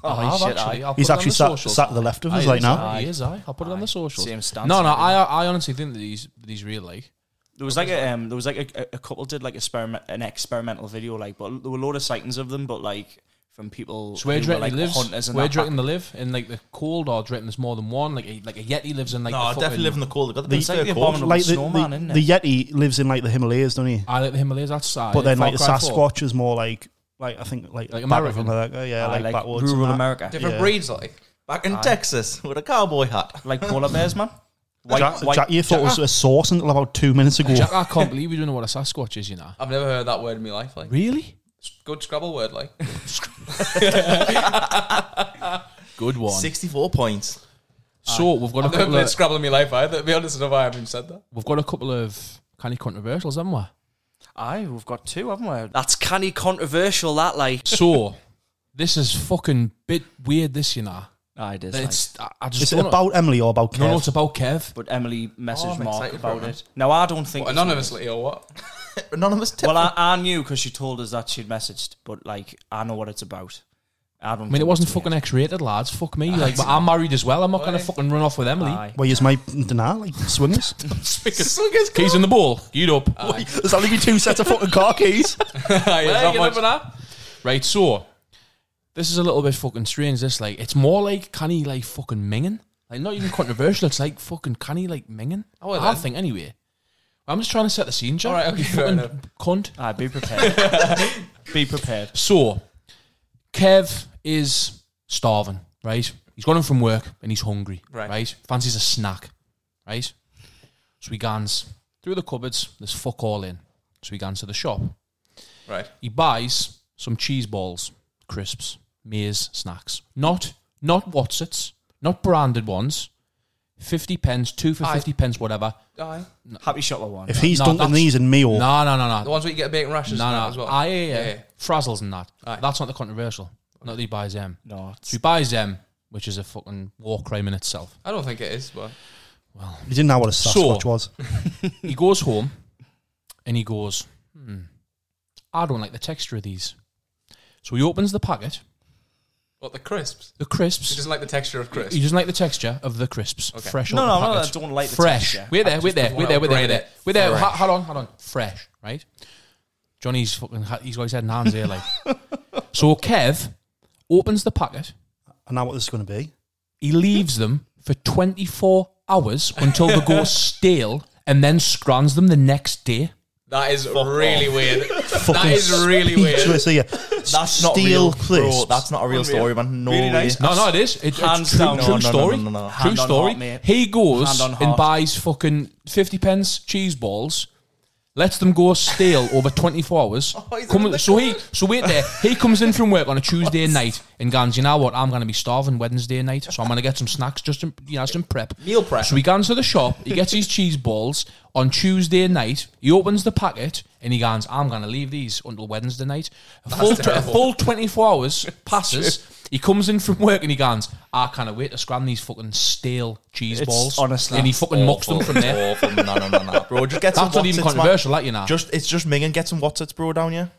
B: I have
A: shit,
B: actually.
A: aye.
B: I'll put
D: He's
B: it on
D: actually
B: the
D: sat,
B: socials.
D: sat to the left of
B: Aye,
D: us
B: he
D: right
B: is,
D: now.
B: aye, He is. Aye. I'll put it on the socials.
A: Same stance.
B: No, no.
A: really.
B: I I honestly think that he's that he's real. Like
A: There was like a um, there was like a, a couple did like experiment an experimental video like, but there were a lot of sightings of them, but like from people
B: so where do
A: who
B: you
A: were,
B: reckon
A: like
B: he lives?
A: hunters and
B: Where
A: that
B: do you reckon they live? In like the cold, or do you reckon there's more than one? Like a, like a yeti lives in like.
E: No,
B: the
E: I definitely
B: fucking-
E: live in the cold. They got the,
A: It's like the
E: cold.
A: abominable
D: Like the,
A: snowman,
D: the,
A: isn't it?
D: the Yeti lives in like the Himalayas, don't he?
B: I like the Himalayas. That's aye.
D: But then like the
B: Far Cry
D: Sasquatch
B: four.
D: is more like like I think
B: Like
D: like like
B: American.
D: American, like, uh, yeah,
A: Aye,
D: like,
A: like
D: backwoods and
A: rural
D: that.
A: America,
F: different
D: Yeah.
F: breeds, like.
E: Back in Texas with a cowboy hat.
A: like polar bears, man. White,
D: Jack,
A: white,
D: Jack, you thought it was a sauce until about two minutes ago.
B: Jack, I can't believe we don't know what a Sasquatch is. You know.
F: I've never heard that word in my life, like.
B: Really?
F: Good Scrabble word, like. (laughs)
B: Good one.
E: 64 points.
B: So we've got a
F: I've never
B: couple
F: played
B: of
F: Scrabble in my life either. To be honest enough, I haven't said that.
B: we've got a couple of kind of controversials, haven't we?
A: Aye, we've got two, haven't we? That's canny controversial. That like,
B: So (laughs) this is fucking bit weird. This you know.
A: I did.
B: It's I, I just
D: Is it
B: don't know-
D: about Emily or about
B: I don't know
D: Kev?
B: it's about Kev.
A: but Emily messaged
F: I'm
A: Mark
F: excited
A: about
F: for it,
A: it. Now I don't think
F: What,
A: it's
F: anonymously or what?
E: Anonymous tip.
A: real. Well, I, I knew because she told us that she'd messaged, but like I know what it's about. I don't.
B: I mean, it wasn't fucking X-rated, lads. Fuck me. Like,
F: (laughs)
B: but I'm married as well. I'm not gonna fucking run off with Emily.
A: Aye.
D: Where you my deny like (laughs) swingers?
B: Keys in the ball. Get up.
D: There's only two sets of fucking car keys.
F: (laughs) Aye, there's not much-
B: Right. So this is a little bit fucking strange. This like it's more like can he like fucking minging? Like not even controversial. It's like fucking can he like minging?
F: Oh, well
B: I
F: then.
B: think anyway. I'm just trying to set the scene, Jack.
F: All right, okay,
B: You
F: fair
B: fucking
F: enough.
B: Cunt.
A: Aye, be prepared. (laughs) be prepared.
B: So, Kev is starving, right? He's gone in from work and he's hungry, right?
F: Right.
B: Fancies a snack, right? So he gans through the cupboards. There's fuck all in. So he gans to the shop.
F: Right.
B: He buys some cheese balls, crisps, maize snacks. Not not Watsits, not branded ones. Fifty pence, two for
F: Aye.
B: fifty pence, whatever.
F: Aye.
A: Happy shot with one.
D: (laughs) If he's
B: No,
D: dunking
B: that's-
D: these in me
B: No,
F: Oh.
D: or
B: no, no,
F: The
B: no,
F: ones where you get bacon rashes and that
B: no,
F: as
B: no.
F: well.
B: Aye, yeah, yeah.
F: Yeah, yeah.
B: Frazzles and that.
F: Aye.
B: That's not the controversial. Not that he buys them.
A: No, it's
B: So he buys them, which is a fucking war crime in itself.
F: I don't think it is, but
D: you didn't know what a
B: So-
D: Sasquatch was.
B: He goes home and he goes, hmm, I don't like the texture of these. So he opens the packet,
F: what the crisps?
B: the
F: She
B: crisps.
F: doesn't like the texture of crisps.
B: He doesn't like the texture of the crisps.
F: Okay.
B: Fresh.
A: No,
B: out of
A: no,
B: the
A: no,
B: packet.
A: I don't like the
B: Fresh.
A: texture.
B: We're there, we're there,
F: just
B: we're there, we're there, we're
F: wanna
B: there.
F: upgrade
B: We're there.
F: it.
B: Ho- Hold on, hold on. Fresh, right? Johnny's fucking, ha- he's got his head and hands
A: (laughs)
B: here, like. so Kev opens the packet.
D: And now what this is going to be?
B: He leaves them for 24 hours until they go stale and then scrans them the next day.
F: That is really weird. that
D: Fucking
F: is really weird.
D: speechless here.
E: That's
D: Steel
E: not real, bro.
D: crisps.
E: That's not a real story, man. No
A: Really
E: way.
A: nice.
B: No, no, it is. It,
A: Hands
B: it's true,
A: down.
B: true
A: No,
E: no, no,
B: story.
E: no, no, no.
B: True
A: Hand on
B: story.
A: heart, mate.
B: he goes
A: Hand on
B: and
A: heart.
B: buys fucking 50 pence cheese balls, lets them go stale over 24
A: (laughs)
B: hours.
A: Oh,
E: he's
B: Come-
E: in the
B: so he, so wait there. He comes in from work on a Tuesday night and goes, you know what? I'm going to be starving Wednesday night, so I'm going to get some snacks, just in, you know, some prep.
F: Meal prep.
B: So he goes to the shop, he gets his cheese balls on Tuesday night, he opens the packet and he goes, I'm going to leave these until Wednesday night. A full, tw- a
F: terrible.
B: full 24 hours passes. He comes in from work and he goes, I can't wait to scram these fucking stale cheese
A: It's
B: balls.
A: honestly
B: and he fucking mucks them from there.
E: Awful. No, no, no, no, bro. Just get some
B: That's not even
E: Watsits, man.
B: controversial, that you know.
E: Just it's just Ming and get some Watsits, bro, down here.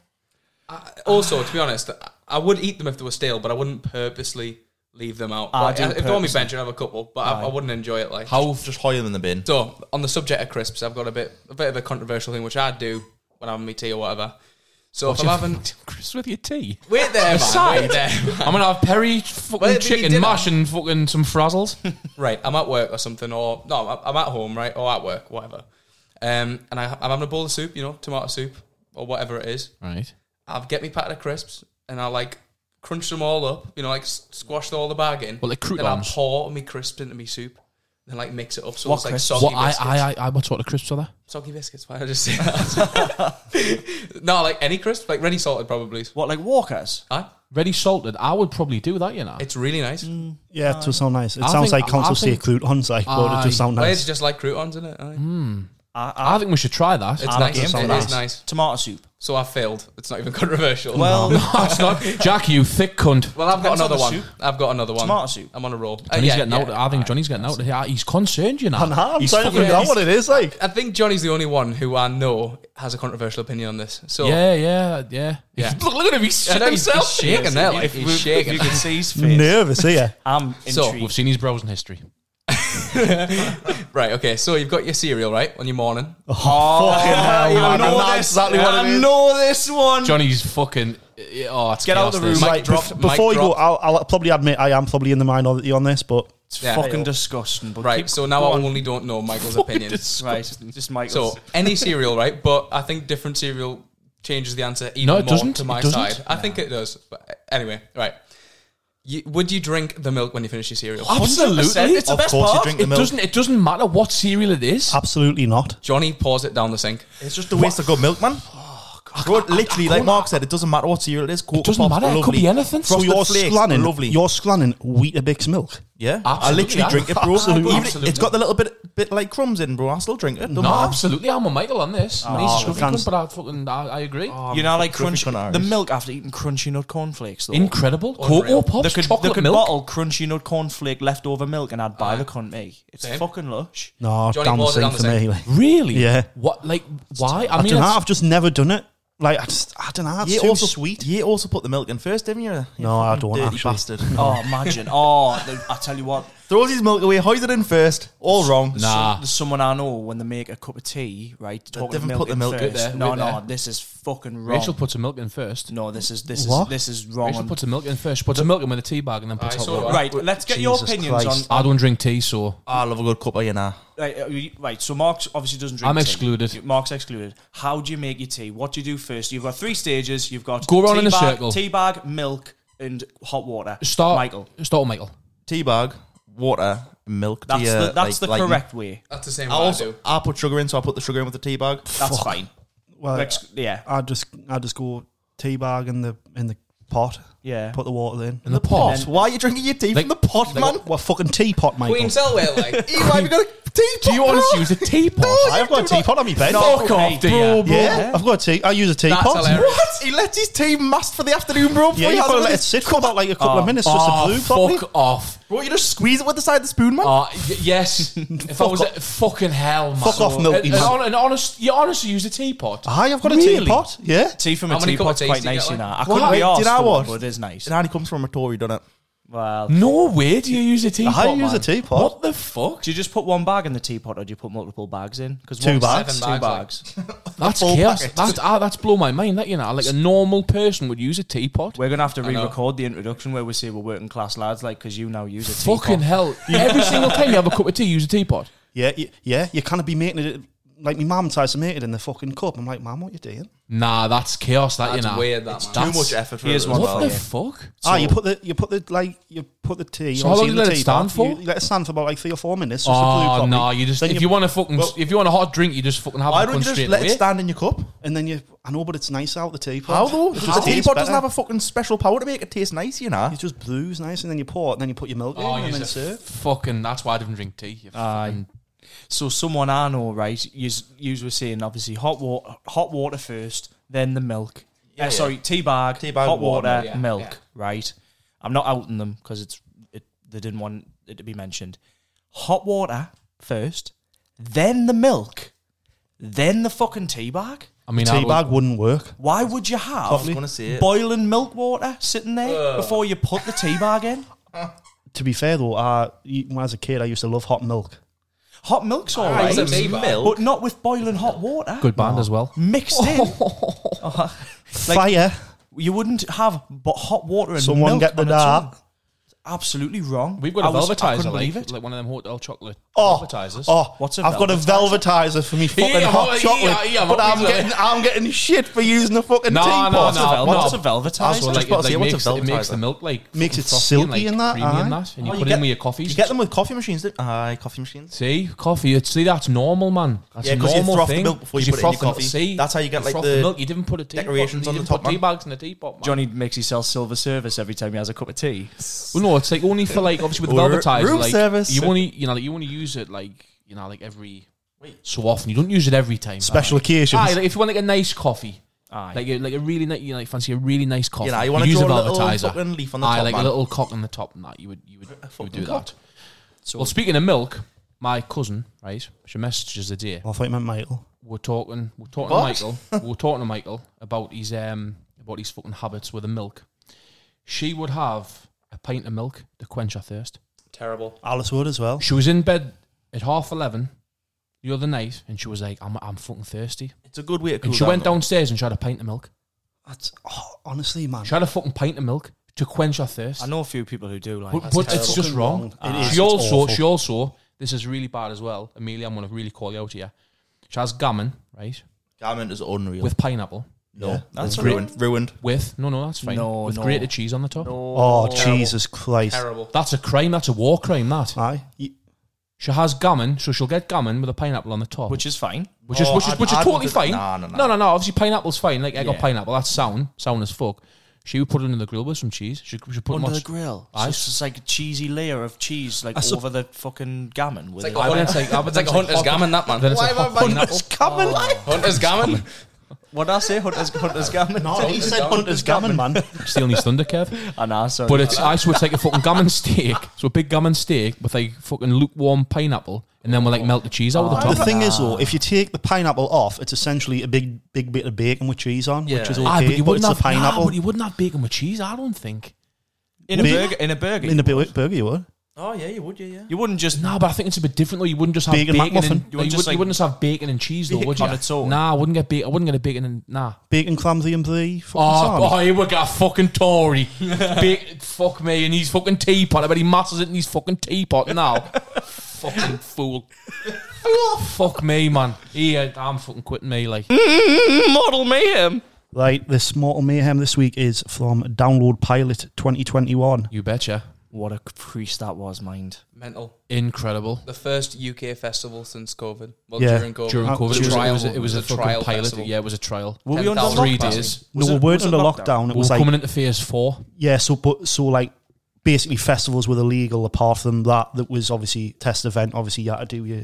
F: Also, to be honest, I- I would eat them if they were stale, but I wouldn't purposely leave them out.
A: I
F: But
A: do
F: if they're on my
A: purposely.
F: bench, I'd have a couple, but I, I wouldn't enjoy it. Like
E: How just hoil them in the bin?
F: So on the subject of crisps, I've got a bit a bit of a controversial thing which I do when I'm having my tea or whatever. So if I'm having
B: Chris with your tea.
F: (laughs)
A: (laughs)
F: wait there, man,
B: Aside.
F: wait there. (laughs) man.
B: I'm gonna have Perry fucking
F: Well, it'd be
B: chicken
F: dinner.
B: mash and fucking some frazzles.
F: right, I'm at work or something, or no, I'm- I'm at home, right, or at work, whatever. Um, and I, I'm having a bowl of soup, you know, tomato soup or whatever it is.
B: right.
F: I'll get me packet of crisps and I'll like crunch them all up, you know, like s- squash all the bag in.
B: Well, like
F: Then I'll
B: croutons.
F: pour me crisps into me soup, then like mix it up so
A: What
F: it's like
A: crisps?
F: soggy
B: What I,
F: biscuits.
B: I I I what sort of crisps are there?
F: Soggy biscuits, why did I just say that? (laughs) no, like any crisp, like ready salted probably.
A: What like Walkers?
F: Huh?
B: Ready salted. I would probably do that, you know.
F: It's really nice.
D: Yeah, it does sound nice. It
B: I
D: sounds
B: think-
D: like council
B: I
D: state croutons, like, but it
B: Aye.
D: does sound
F: Well, it's
D: nice.
F: just like croutons, isn't it? Aye.
A: I, I,
B: I think we should try that. (laughs)
F: It's
A: I like
F: nice.
A: it.
F: It is
A: Sounds nice.
F: nice.
A: tomato soup.
F: So I failed. It's not even (laughs) controversial.
A: Well, (laughs)
B: no, it's not. Jack, you thick cunt.
F: Well, I've got
A: Depends on
F: another
A: the
F: one.
A: soup.
F: I've got another one.
A: Tomato soup.
F: I'm on a roll. Uh,
B: Johnny's
F: yeah,
B: getting
F: yeah.
B: out. I think Johnny's getting out. Yeah, he's concerned, you know.
D: I know, I'm
B: He's
D: trying to
B: fucking-
D: figure out what it is, like.
F: I think Johnny's the only one who I know has a controversial opinion on this. So
B: Yeah, yeah, yeah.
F: Yeah.
B: (laughs) Look, look at him. He's
F: I
B: shit
F: know he's,
B: himself.
F: he's shaking there. Like,
A: If you-
F: he's shaking.
A: If you can see his face,
D: Nervous, yeah.
A: I'm
F: So,
A: intrigued.
B: We've seen his browsing history.
F: Right. Okay. So you've got your cereal right on your morning.
A: oh,
D: hell,
A: I
D: man,
A: know
D: that's
A: this.
D: exactly what it
A: I
D: is.
A: know this one.
B: Johnny's fucking. Oh, it's
A: Get out
B: chaos,
A: of the room.
B: this.
A: Mic
D: Like,
F: drop,
D: bef-
F: mic
D: before you go,
F: drop.
D: I'll, I'll probably admit I am probably in the minority on this, but
A: It's
F: Yeah.
A: fucking disgusting. But
F: Right.
A: keep-
F: So now
A: go
F: I
A: on.
F: only don't know Michael's opinion.
A: right, just Michael.
F: (laughs) So any cereal right, but I think different cereal changes the answer even
B: No, it
F: more
B: doesn't.
F: to
B: It
F: my
B: doesn't.
F: side. I think it does. But anyway, right. You, would you drink the milk when you finish your cereal?
B: Absolutely.
A: It's the
E: of
A: best
E: course, you
A: part.
E: drink the
B: It
E: milk.
B: doesn't. It doesn't matter what cereal it is.
D: absolutely not.
F: Johnny pours it down the sink.
E: It's just a waste of good milk, man. Bro, literally, like Mark said, it doesn't matter what cereal it is. Cocoa
B: doesn't
E: Pops,
B: matter, it could
E: lovely.
B: be anything. So
D: So
E: Frosted
D: you're
E: Flakes,
D: scanning,
E: lovely.
D: you're scanning Weetabix milk.
E: yeah,
B: Absolutely,
E: I
B: yeah.
E: literally drink it, bro.
B: Absolutely.
E: Even
B: Absolutely.
E: It's got the little bit, bit like crumbs in, bro. I still drink it.
B: No, absolutely. I'm on Michael on this. And he's
D: Oh,
B: a scruffy
D: can't-
B: cunt, but I fucking I, I agree.
E: Oh.
A: You know, like
E: Gruffy
A: crunch
E: cunt Irish.
A: the milk after eating crunchy nut cornflakes. Though.
B: Incredible.
F: Unreal.
B: Cocoa pops,
A: they could, they
B: chocolate
A: could
B: milk.
A: bottle crunchy nut cornflake leftover milk, and I'd buy the cunt me. It's
F: Same.
A: fucking lush.
D: No,
F: Johnny
D: down the
F: pours it
D: sink
F: down the
D: for me.
F: sink.
D: Like,
B: Really?
D: Yeah.
B: What? Like why? I,
D: I,
B: mean,
D: don't know.
B: it's-
D: I've just never done it. Like, I just, I don't know. It's
E: You
D: too
E: also
D: sweet.
E: You also put the milk in first, didn't you? You
D: No, I
E: fucking
D: don't,
E: dirty
D: actually.
E: Bastard. (laughs)
A: Oh, imagine. Oh, the, I tell you what.
E: Throws his milk away, hoys it in first. All wrong.
A: So-
B: Nah.
A: there's someone I know when they make a cup of tea, right? Talking
E: haven't
A: milk
E: put the
A: in
E: milk in
A: first.
B: there,
A: No,
B: with
A: no,
B: there.
A: this is fucking wrong.
B: Rachel puts a milk in first.
A: no, this is this is
D: What?
A: this is wrong.
B: Rachel puts a milk in first. She puts a milk in with a tea bag and then puts
F: Aye,
B: hot
F: so
B: water.
F: do
A: right, let's get your
D: Jesus
A: opinions
D: Christ.
A: on.
B: I don't drink tea, so
E: I love a good cup of you now.
A: Right, uh, you- right, so Mark's obviously doesn't drink.
B: I'm
A: tea.
B: excluded.
A: Mark's excluded. How do you make your tea? What do you do first? You've got three stages. You've got
B: Go round
A: tea
B: in a
A: bag,
B: circle.
A: Tea bag, milk, and hot water.
B: start
A: Michael.
B: Start with Michael.
E: Tea bag, water, milk.
A: That's
E: do you,
A: the that's the
E: like- like-
A: correct way.
F: That's the same
E: I
F: one I
E: also
F: do.
E: I put sugar in, so I put the sugar in with the tea bag.
A: That's fine.
D: Well,
A: Ex- yeah,
D: I just, I just go tea bag in the in the pot.
A: yeah.
D: Put the water in.
B: In the pot.
A: then-
E: Why are you drinking your tea
B: Like-
E: from the pot, man?
D: What
E: (laughs)
D: fucking teapot, Michael?
F: Queen Selway, (laughs) like
E: Why have you got a teapot?
B: do you
F: (laughs)
B: want to use a teapot?
E: Oh,
D: I've got a teapot on my
B: (laughs)
D: bed.
B: Fuck
A: No,
B: off,
A: hey,
B: do
D: Bro,
B: you?
D: bro, I've got a tea. I use a teapot.
F: hilarious.
E: What? He lets his tea mast for the afternoon,
D: Yeah,
E: bro. before he
D: you've
E: has
D: got to
E: it
D: let
E: with
D: it
E: his-
D: sit for about like a couple of minutes just
B: Oh,
D: to brew properly. Oh.
B: fuck off.
E: Bro, you just squeeze it with the side of the spoon, man.
B: Uh, y- yes. if I was a, fucking hell, man.
D: Fuck off, Milky
B: An, an,
D: Man.
B: hon- an honest, you honestly use a teapot.
D: Aye, I've got a
B: Really?
D: teapot. Yeah.
A: Tea from
F: How
A: a
F: many cup of
A: teapot's
F: teas
A: quite
F: do you
A: nice,
F: get,
A: you know.
F: like?
A: I couldn't
E: Wait,
A: be
E: did
A: asked,
E: I
A: for it,
E: watch?
A: but it is nice.
E: And he comes from a Tory, doesn't it?
A: Well,
B: No way do you use a teapot.
D: I use a
B: man.
D: teapot.
B: What the fuck?
A: do you just put one bag in the teapot, or do you put multiple bags in? Because
D: Two bags.
A: two
F: Seven bags,
A: bags.
B: That's
E: full
B: chaos.
E: packet.
B: That's, ah, that's blow my mind. That you know, like a normal person would use a teapot.
A: We're gonna have to
F: (laughs) I know.
A: re-record the introduction where we say we're working class lads, like because you now use a teapot.
B: Fucking hell! Every single time you have a cup of tea, use a teapot.
D: Yeah, y- yeah. You can't be making it like my mum tries to make it in the fucking cup. I'm like, mum, what you doing?
B: Nah, that's chaos. That
F: That's
B: you know,
F: weird, that, man.
B: that's-
E: effort for
A: Here's
E: it as
A: one
E: well.
B: What
A: for
B: the
A: you.
B: fuck?
D: ah, you put the you put the like you put the tea.
B: So how long do you
D: obviously, in the
B: let it
D: tea
B: stand
D: bag.
B: for?
D: You, you let it stand for about like three or four minutes. Just to brew
B: Oh
D: properly.
B: no, you just
D: Then
B: if you, want to fucking if you want a hot drink, you just fucking have
E: Why
B: one
E: don't you
B: straight
E: just let
D: eh?
B: away.
E: it stand in your cup?
D: and then you. I know, but it's nice out the teapot.
E: How though?
D: It
E: The
D: just tastes
E: teapot
D: better.
E: doesn't have a fucking special power to make it taste nice, you know.
D: It just brews nice, and then you pour it, and then you put your milk
B: Oh,
D: in, and
B: you
D: then
B: just
D: serve.
B: fucking. That's why I didn't drink tea. you
E: Ah,
B: fucking-
A: So someone I know, right? You you were saying obviously hot water, hot water first, then the milk. Yeah,
E: yeah.
A: sorry, tea bag,
E: Tea bag,
A: hot
E: water,
A: water,
F: yeah,
A: milk.
F: yeah.
A: Right. I'm not outing them because it's it, they didn't want it to be mentioned. Hot water first, then the milk, then the fucking tea bag.
B: I mean, I
D: Tea
B: would-
D: bag wouldn't work.
A: Why would you have
E: gonna say it.
A: boiling milk water sitting there before you put the tea bag in?
D: To be fair though, I, when I was a kid, I used to love hot milk.
A: Hot milk's all
F: Ah,
A: right,
F: it's a baby.
A: but not with boiling hot water.
B: Good band as well.
A: Mixed
B: (laughs)
A: in,
D: Fire.
A: you wouldn't have but hot water and
D: Someone
A: milk
D: get the
A: on its
D: dart.
A: own. Absolutely wrong.
B: We've got a
A: I was- I
B: velvetizer,
A: couldn't
B: like,
A: believe it.
B: like one of them hotel chocolate
D: Oh,
B: velvetizers.
D: oh,
A: What's a
D: I've got a velvetizer for me fucking
B: (laughs) Yeah,
D: hot
B: yeah,
D: chocolate,
B: yeah, I'm
D: but
B: up
D: I'm
B: with it.
D: getting I'm getting shit
B: Ah.
D: for using the fucking
B: No,
D: teapot.
B: no,
A: What's a
B: no.
A: vel- What's a
B: Also,
A: velvetizer?
B: like,
E: about to
B: it, like
E: say, what's
B: makes,
E: a
B: it makes
E: velvetizer?
B: the milk like
D: Makes it
B: frothy and,
D: silky
B: like,
D: and that,
B: creamy and
D: aye.
B: that, and you
E: Oh,
B: put it in with your coffees.
E: You get them with coffee machines, don't Aye, coffee machines.
B: See, coffee. it- See, that's normal, man. That's
E: Yeah,
B: a
E: 'cause you
B: normal
E: froth the
B: thing.
E: milk before you
B: 'Cause
E: put it in your
B: froth
E: coffee.
B: See,
E: That's how you get,
B: You
E: like,
B: froth
E: the
B: milk. You didn't put a teapot.
E: decorations
B: you
E: on the
B: didn't
E: top,
B: put tea
E: man.
B: bags in the teapot, man.
A: Johnny makes himself silver service every time he has a cup of tea.
B: Well, no, it's like only for like obviously with
E: Or
B: velvetizer,
E: room
B: like
E: service.
B: you only you know like, you only use it like you know like every so often. You don't use it every time.
D: Special occasions.
B: Aye, like, if Ah, you want like a nice coffee,
A: Aye.
B: like a, like a really nice, you know, like fancy a really nice coffee.
E: You know, you want to
B: use
E: draw
B: a
E: a little
B: velvetizer.
E: fucking leaf on the
B: Aye,
E: top,
B: like
E: man.
B: a little cock on the top, and that you would you would, you would do
E: fucking cock.
B: that. well, speaking of milk, my cousin, right, she messages the day
D: I thought you meant Michael.
B: we're talking we're talking
E: What?
B: to Michael we're talking to Michael about his um about his fucking habits with the milk. She would have a pint of milk to quench her thirst.
F: Terrible.
D: Alice would as well.
B: She was in bed at half eleven the other night, and she was like, "I'm I'm fucking thirsty."
E: It's a good way to cool
B: And she went
E: down.
B: downstairs and she had a pint of milk.
D: That's oh, honestly, man.
B: She had a fucking pint of milk to quench her thirst.
A: I know a few people who do like.
B: But, but it's just wrong.
D: It is.
B: She
D: It's
B: also,
D: awful.
B: she also, this is really bad as well. Amelia, I'm gonna really call you out here. She has gammon, right,
E: Gammon is unreal.
B: with pineapple,
E: no,
A: that's
E: that's
A: great.
E: ruined. Ruined.
B: with no, no, that's fine,
A: No,
B: with
A: no.
B: grated cheese on the top.
D: Oh,
F: Terrible.
D: Jesus Christ.
F: Terrible.
B: That's a crime. That's a war crime. That
D: Aye. You-
B: she has gammon, so she'll get gammon with a pineapple on the top,
A: which is fine.
B: which is
E: Oh,
B: which is,
E: I'd-
B: which is
E: I'd
B: totally
E: do-
B: fine.
E: Nah, nah, nah.
B: no, no, no. Obviously, pineapple's fine. Like egg or
A: Yeah.
B: pineapple, that's sound, sound as fuck. She would put it in the grill with some cheese. She, she put
A: Under
B: much,
A: the grill,
B: Aye.
A: so it's just like a cheesy layer of cheese, like
D: That's a-
A: over the fucking gammon. With
F: It's
A: it.
F: like,
B: I wouldn't
F: it's
B: say- I
F: like,
B: wouldn't
F: it's like a
B: say
F: hunter's
B: hot-
F: gammon, that man.
B: Then it's "Oh, a hot pineapple.
E: Gammon, like.
F: Hunter's gammon.
A: what did I say? Hunters,
B: (laughs)
A: hunters gammon.
D: he said Hunter's Gammon, man.
B: Stealing his thunder, Kev.
A: I know, sorry.
B: But it's I would take a fucking gammon steak, so a big gammon steak with like fucking lukewarm pineapple, and then we'll like melt the cheese out of the
D: The
B: top.
D: thing is, though, if you take the pineapple off, it's essentially a big, big bit of bacon with cheese on, which is okay.
B: Aye,
D: but, it's a
B: have nah,
D: pineapple
B: but you wouldn't have bacon with cheese. I don't think.
A: in a
D: Big-
A: burger, in a burger,
D: in the bu- burger. You would.
E: Oh, yeah, you would, yeah, yeah.
A: you wouldn't just
B: No, but I think it's a bit different though. You wouldn't just have bacon,
D: Bacon
B: and, you,
D: McMuffin.
A: You wouldn't
B: wouldn't,
A: just, like-
B: you wouldn't just have bacon and cheese though, would you?
A: on its own.
B: Nah, I wouldn't get bacon. I wouldn't get a bacon and nah.
D: Bacon, clumsy, and brie. Fucking
B: Oh,
D: oh,
B: boy, here we got a fucking (laughs) Tory. Big, fuck me, and he's fucking teapot. I bet he masses it in his fucking teapot now. fucking fool. fuck me, man. Yeah, I'm fucking quitting me. Like,
A: (laughs) model mayhem.
D: Right, this Mortal Mayhem this week is from Download Pilot 2021.
B: you betcha.
A: What a priest that was, mind.
F: Mental.
B: Incredible.
F: The first UK festival since COVID. Well,
D: Yeah.
F: during COVID.
B: During
D: Uh,
B: COVID,
D: the
B: it was, it
F: trial
B: was, it was a
F: one, the
B: fucking
F: trial
B: pilot.
F: festival.
B: Yeah, it was a trial.
A: Were we under
F: 10,000
B: Three
A: lockdown?
B: days.
A: Was
D: no,
A: it-
D: we
A: was
D: weren't
A: it
D: under lockdown. It
B: We were
D: was like
B: coming into phase four.
D: Yeah, so but so like basically festivals were illegal apart from that that was obviously test event. Obviously you had to do your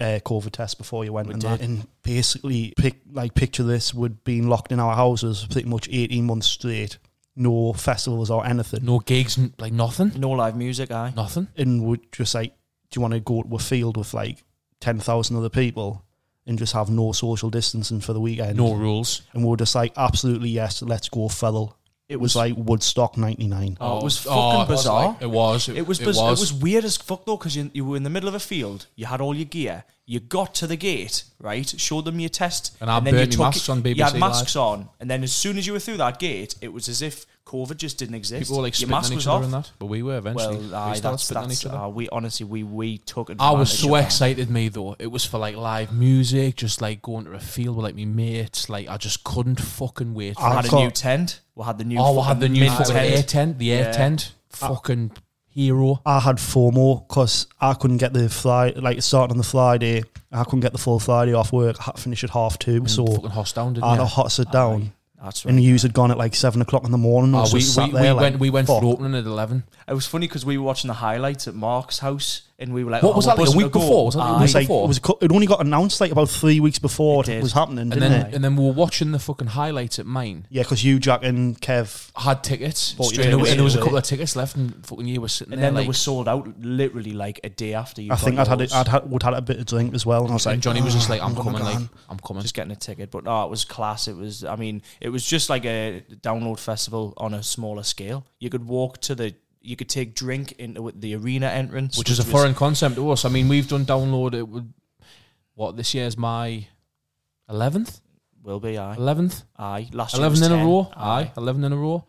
D: uh, COVID test before you went and that. And basically pic, like picture this would been locked in our houses for pretty much eighteen months straight. No festivals or anything.
B: No gigs, n- like nothing.
A: No live music, aye.
B: Nothing.
D: And would just like do you want to go to a field with like ten thousand other people and just have no social distancing for the weekend?
B: No rules.
D: And we were just like, absolutely yes, let's go fellow. It was like Woodstock ninety nine.
A: Oh, it was fucking
B: it was
A: bizarre.
B: like- It was.
A: It was, biz- it was weird as fuck though because you, you were in the middle of a field. You had all your gear. You got to the gate, right? Showed them your test,
B: And I burnt
A: you
B: my masks on
A: You had
B: BBC
A: masks on, and then as soon as you were through that gate, it was as if COVID just didn't exist.
B: People were like
A: your
B: spitting
A: mask
B: on each
A: was
B: other
A: off.
B: and that, but we were eventually.
A: Well,
B: we
A: aye,
B: started
A: that's,
B: spitting on
A: that's
B: each other.
A: uh, we honestly we we took.
B: I was
A: advantage
B: so
A: of that.
B: excited, me though. It was for like live music, just like going to a field with like me mates. Like I just couldn't fucking wait. For
A: We
D: I
B: it.
A: had a
D: thought-
A: new tent. We had the new.
B: Oh, I had the
A: Ah, fucking
B: new
A: mint
B: fucking
A: tent.
B: air tent, the air
A: Yeah. Ah.
B: tent, fucking hero.
D: I had FOMO because I couldn't get the fly like starting on the Friday. I couldn't get the full Friday off work. I finished at half two,
B: So
D: so
B: Mm, fucking hoss down, didn't
A: Ah,
D: I had
B: you?
D: a hot sit down.
A: That's right.
D: and you had gone at like seven o'clock in the morning. and I
B: Oh,
D: was
B: we,
D: just
B: we,
D: sat there,
B: we
D: like,
B: went we went
D: fuck.
B: for opening at eleven.
A: It was funny because we were watching the highlights at Mark's house, and we were like,
B: What
A: oh,
B: was
A: we're
B: that, like, a
A: buzzing to
B: week
A: go. Ah,
B: before? Was that the
A: Aye.
D: It was like
B: before.
D: it was. co- It only got announced like about three weeks before
A: It
D: it,
A: did.
D: was happening,
B: And
D: didn't
B: then
D: it?
B: and then we were watching the fucking highlights at mine.
D: yeah, because you, Jack, and Kev.
B: I had tickets,
D: Bought your
B: and, there,
D: tickets,
B: and there was a
D: yeah.
B: couple of tickets left, and fucking you were sitting
A: And
B: there.
A: then
B: like,
A: they were sold out literally like a day after you.
D: I
A: got
D: think I'd had
A: yours.
D: it, I'd had, would had a bit of drink as well, and I was like,
B: and Johnny was just
D: "Ah,
B: like, "I'm,
D: gonna
B: coming,
D: go
B: like,
D: on."
B: I'm coming."
A: just getting a ticket. But no, it was class. It was, I mean, it was just like a download festival on a smaller scale. You could walk to the you could take drink into the arena entrance,
B: which is a
A: was-
B: foreign concept to us. I mean, we've done download it. Would, what this year's my eleventh,
A: Will be aye,
B: eleventh,
A: aye. Last year
B: eleven
A: was
B: in a
A: 10,
B: row. Aye, eleven in a row.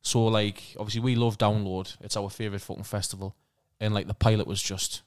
B: So like, obviously, we love download. It's our favorite fucking festival, and like the pilot was just,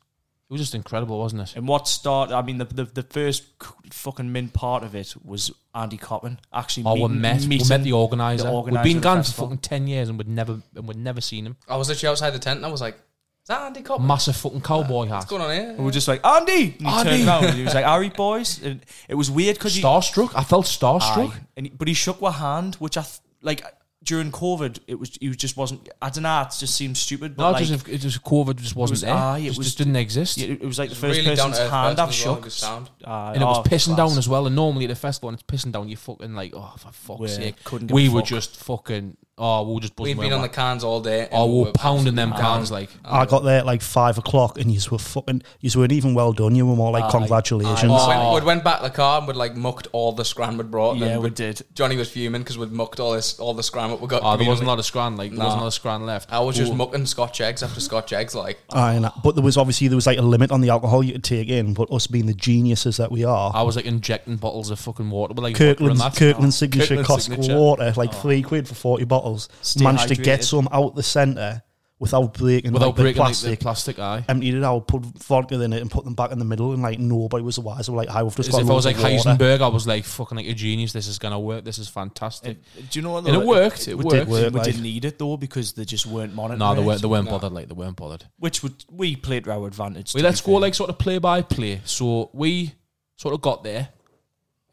B: it was just incredible, wasn't it?
A: And what started, I mean, the, the, the first c- fucking min part of it was Andy Cotton actually
B: Oh, we
A: meeting-
B: met, we
A: meeting-
B: met the organizer.
A: the
B: We've
A: organiser
B: been
A: of the
B: gone for
A: festival.
B: fucking ten years and we'd never and we'd never seen him.
F: I was literally outside the tent and I was like, is that Andy Cotton?
B: Massive fucking cowboy hat.
F: What's going on here?
A: We were just like, Andy! And he
B: Andy!
A: turned around and he was like, Harry boys. And it was weird
B: (laughs)
A: because he.
B: Starstruck. I felt starstruck.
A: Aye. And he- but he shook my hand, which I, th- like, during COVID, it was, he just wasn't, I don't know, it just seemed stupid. But
B: Not
A: like,
B: just if it just COVID just wasn't
A: was-
B: there.
A: aye, it
B: it just,
A: was-
B: just didn't exist.
A: it, it was like the first
F: Really down
A: person's
F: to earth
A: hand
F: person
A: I've
F: as well,
A: shook.
F: good sound.
A: Aye,
B: and it was
A: oh,
B: pissing
A: class.
B: down as well. And normally at a festival, and it's pissing down. You're fucking like, oh for fuck's
A: Yeah,
B: sake!
A: couldn't give
B: We
A: a
B: were
A: fuck.
B: just fucking. Oh, we were just buzzing.
F: We'd been on the cans all day.
B: Oh,
F: and
B: we
F: we
B: were pounding them
F: absolutely
B: cans like.
D: I got there at like five o'clock, and you were fucking. You weren't even well done. You were more like congratulations.
F: We went, we'd went back to the car and we'd like mucked all the scram we'd brought. and
A: Yeah,
F: then
A: we
F: we'd-
A: did.
F: Johnny was fuming because we'd mucked all this, all the scram up we got.
B: Oh, there wasn't a
F: communally.
B: lot of scran. Like there wasn't a lot of scran left.
F: I was just
B: Ooh.
F: mucking Scotch eggs after Scotch eggs. Like,
D: Aye, and- but there was obviously there was like a limit on the alcohol you could take in. But us being the geniuses that we are,
B: I was like injecting bottles of fucking water. But like
D: Kirkland's
B: water and that.
D: Kirkland's signature
B: Kirkland's
D: cost
B: signature. Oh.
D: water like three quid for forty bottles.
A: Stay
D: Managed to
A: hydrated.
D: get some out the centre without breaking
B: without
D: like,
B: breaking
D: the plastic.
B: Like, the plastic. Aye.
D: emptied it out, put vodka in it, and put them back in the middle, and like nobody was aware. So like, I have just
B: As
D: got.
B: if I was like
D: loads of water.
B: Heisenberg, I was like fucking like a genius. This is gonna work. This is fantastic.
A: Do you know what?
B: And it
A: though?
B: worked. It
D: did
B: worked.
D: work.
A: We
D: like-
A: didn't need it though because they just weren't monitoring.
B: No, they
A: it.
B: weren't. They weren't bothered. Like they weren't bothered.
A: Which would we played to our advantage.
B: We
A: to be
B: let's go
A: fair.
B: like sort of play by play. So we sort of got there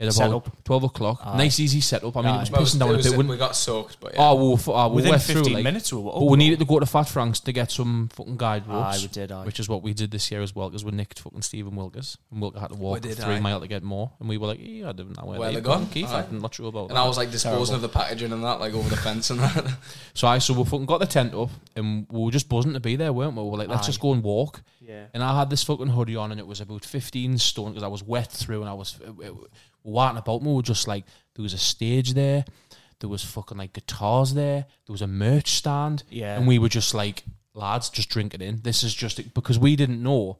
B: at
A: Set
B: about twelve o'clock. Nice easy setup. I mean,
A: Aye.
B: it
F: well,
B: was pissing down
F: it
B: a
F: was-
B: bit.
F: we
B: wouldn't-
F: got soaked, but yeah.
B: Oh, we were, fu- oh, we
A: within
B: went through,
A: fifteen
B: like-
A: minutes. We were,
B: but we needed to go to Fat Frank's to get some fucking guide
A: Aye,
B: ropes,
A: we did. Aye.
B: which is what we did this year as well because we nicked fucking Stephen Wilkers and Wilker had to walk
F: did,
B: three
F: aye.
B: mile to get more, and we were like, yeah, I didn't know where,
F: Where
B: they
F: they gone,
B: Keith,
F: aye.
B: I'm not sure about
F: and
B: that.
F: I was like disposing of the packaging and that, like over the fence and that. (laughs)
B: So I so we fucking got the tent up and we were just buzzing to be there, weren't we? We were like, let's just go and walk.
A: Yeah.
B: And I had this fucking hoodie on and it was about 15 stone because I was wet through and I was it, it, whiting about me. We were just like, there was a stage there, there was fucking like guitars there, there was a merch stand.
A: Yeah.
B: And we were just like, lads, just drink it in. This is just because we didn't know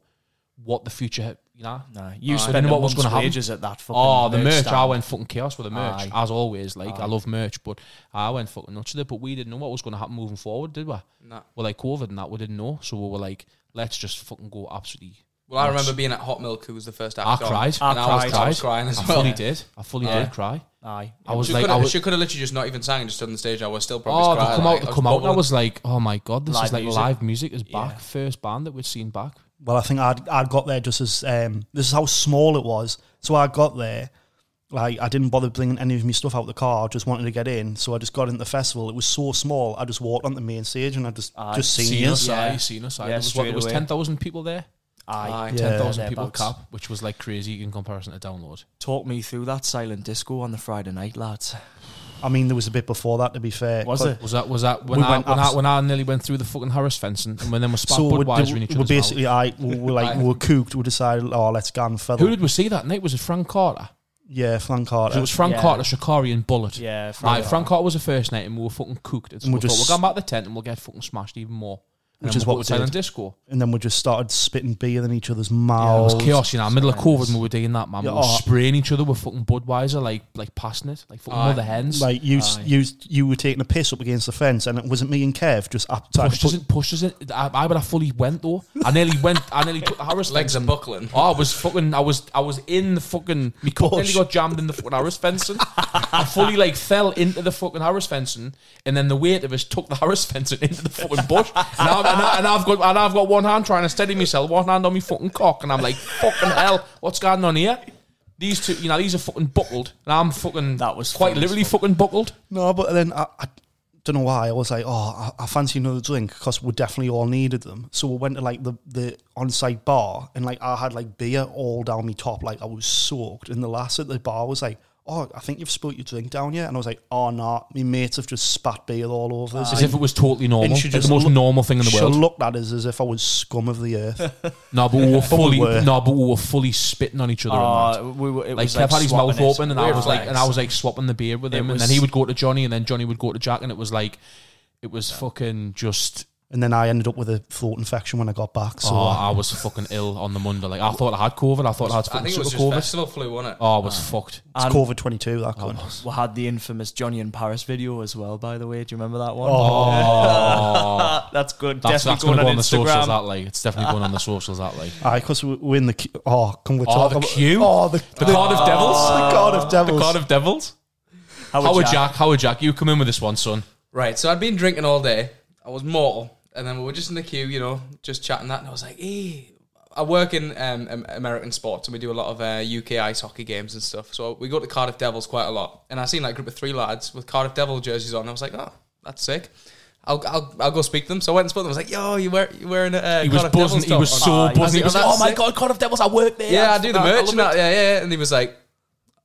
B: what the future, you know?
A: Nah, you
B: Aye.
A: spent
B: Didn't know
A: what
B: what was
A: was going
B: gonna
A: to
B: happen.
A: wages at that. Fucking
B: Oh, the merch!
A: stand.
B: I went fucking chaos with the merch,
A: Aye.
B: as always. Like I love merch, but I went fucking nuts with it. But we didn't know what was going to happen moving forward, did we?
F: Nah.
B: Well, like COVID and that, we didn't know. So we were like, let's just fucking go absolutely.
F: Well, I remember being at Hot Milk, who was the first actor.
B: I
F: on,
B: cried.
F: and I, was,
A: cried.
F: I was crying as
B: I
F: well.
B: fully did. I fully
F: Aye.
B: did cry.
A: Aye,
B: I was
F: she
B: like,
F: could
B: I was.
F: she could have literally just not even sang and just stood on the stage. I was still probably
B: Oh,
F: just
B: they
F: crying.
B: come out!
F: like,
B: They
F: I
B: come out! And I
F: bubbling.
B: was like, "Oh my god, this
A: Live
B: is like
A: music.
B: live music is back."
A: Yeah.
B: First band that we'd seen back.
D: Well, I think I'd I'd got there just as um, this is how small it was. So I got there, like I didn't bother bringing any of my stuff out the car. I just wanted to get in, so I just got into the festival. It was so small. I just walked on the main stage and I just
A: Aye.
D: just seen,
B: Seen
D: you.
B: us,
A: Yeah.
B: aye, seen us. Aye.
A: Yeah,
B: there was, what,
A: straight
B: there was
A: away.
B: ten thousand people there.
A: aye.
D: Yeah.
B: Ten thousand people
A: Thereabouts.
B: cap, which was like crazy in comparison to download.
A: Talk me through that silent disco on the Friday night, lads.
D: I mean, there was a bit before that, to be fair.
A: Was
D: 'cause-
A: it?
B: Was that was that when
D: We
B: I
D: went
B: when, I
D: abs-
B: when I nearly went through the fucking Harris fence and, and when then we spat
D: So we
B: Budweiser in each
D: we're
B: other's mouth.
D: basically, I we we're like
B: (laughs)
D: we we're cooked. We decided, oh, let's go and feather.
B: Who did we see that night? Was it Frank Carter?
D: yeah, Flan
B: it
D: Carter.
B: was Frank
A: yeah.
B: Carter, Shakari, and Bullet.
A: Yeah,
B: Frank,
A: Friday
B: Frank Carter was the first night, and we were fucking cooked. It's-
D: And
B: we
D: we just-
B: thought, we're going back to the tent and we'll get fucking smashed even more. And
D: Which
B: then
D: is
B: we'll
D: what
B: go
D: we
B: to Silent
D: did.
B: Disco.
D: and then we just started spitting beer in each other's
B: It
D: mouths.
B: was chaos, you know. Middle of COVID, when we were doing that, man.
D: Oh, Yeah,
B: we were
D: oh.
B: spraying each other with fucking Budweiser, like like passing it, like fucking
F: Aye.
B: mother hens. Like,
D: Like you, s- you, you were taking a piss up against the fence, and it wasn't me and Kev just up trying to
B: pushed us
D: put
B: in, pushed us in. I, I, but I fully went though. I nearly went. I nearly took the Harris
F: legs
B: fence.
F: are buckling.
B: Oh, I was fucking. I was. I was in the fucking. My cup
D: Bush.
B: nearly got jammed in the fucking Harris fencing. I fully like fell into the fucking Harris fencing, and then the weight of us took the Harris fencing into the fucking bush. And, I'm, and, I, and I've got and I've got one hand trying to steady myself, one hand on my fucking cock, and I'm like, fucking hell, what's going on here? These two, you know, these are fucking buckled, and I'm fucking.
A: That was
B: quite
A: fun as
B: literally fucking buckled.
D: No, but then I, I don't know why. I was like, oh, I, I fancy another drink because we definitely all needed them. So we went to like the, the on site bar and like I had like beer all down me top. Like I was soaked. And the lass at the bar was like, oh, I think you've spilt your drink down yet. And I was like, oh, nah, my mates have just spat beer all over us.
B: As if it was totally normal.
D: And she
B: It's the
D: just
B: most
D: look-
B: normal thing in the
D: she
B: world.
D: looked at us as if I was scum of
B: (laughs)
D: the earth.
B: no, but we were fully.
D: were.
B: No, but we were fully spitting on each other. and that.
A: Uh, we were, it
B: like
A: was
B: Kev had his mouth
A: swapping it.
B: open, and I
A: Weird
B: was like,
A: legs.
B: and I was like swapping the beer with him,
A: It
B: and then he
A: was-
B: would go to Johnny, and then Johnny would go to Jack, and it was like, it was fucking just
D: And then I ended up with a throat infection when I got back. So
B: oh,
D: I-
B: I was fucking ill on the Monday. Like I thought I had COVID. I thought I had
F: I
B: fucking
F: think it was just
B: super COVID.
F: festival flu, wasn't it?
B: Oh, I was fucked.
D: it's
A: And-
D: COVID 22, that
B: Oh,
D: one.
A: We had the infamous Johnny in Paris video as well, by the way. Do you remember that one?
B: Oh,
A: (laughs) that's good.
B: that's,
A: Definitely
B: that's
A: going
B: gonna
A: on,
B: go on the socials
A: Instagram.
B: that like. It's definitely going on the socials that like.
D: Aye, because we're in the queue. Oh, can we
B: Oh,
D: talk
B: the
D: about-
B: queue?
D: Oh, the,
B: (laughs) The Cardiff Devils.
D: the Cardiff
B: The
D: Devils.
B: Cardiff Devils.
A: Howard,
B: Howard
A: Jack.
B: Jack. Howard Jack. You come in with this one, son.
F: Right, so I'd been drinking all day. I was mortal, and then we were just in the queue, you know, just chatting that, and I was like, "Hey, I work in um, Am- American sports, and we do a lot of uh, UK ice hockey games and stuff. So we go to Cardiff Devils quite a lot, and I seen like a group of three lads with Cardiff Devil jerseys on. and I was like, "Oh, that's sick." I'll, I'll, I'll go speak to them. So I went and spoke to them. I was like, "Yo, you wear you wearing a uh,
B: He was
F: Cardiff
B: buzzing.
F: Devils
B: He was
F: top?"
B: so
A: Ah, yeah.
B: buzzing. (laughs) He was like,
F: That's
B: "Oh my
F: it.
B: god, Cardiff Devils! I work there.
F: Yeah, I do the
B: I
F: merch
B: love
F: and that.
B: it."
F: Yeah, yeah. And he was like,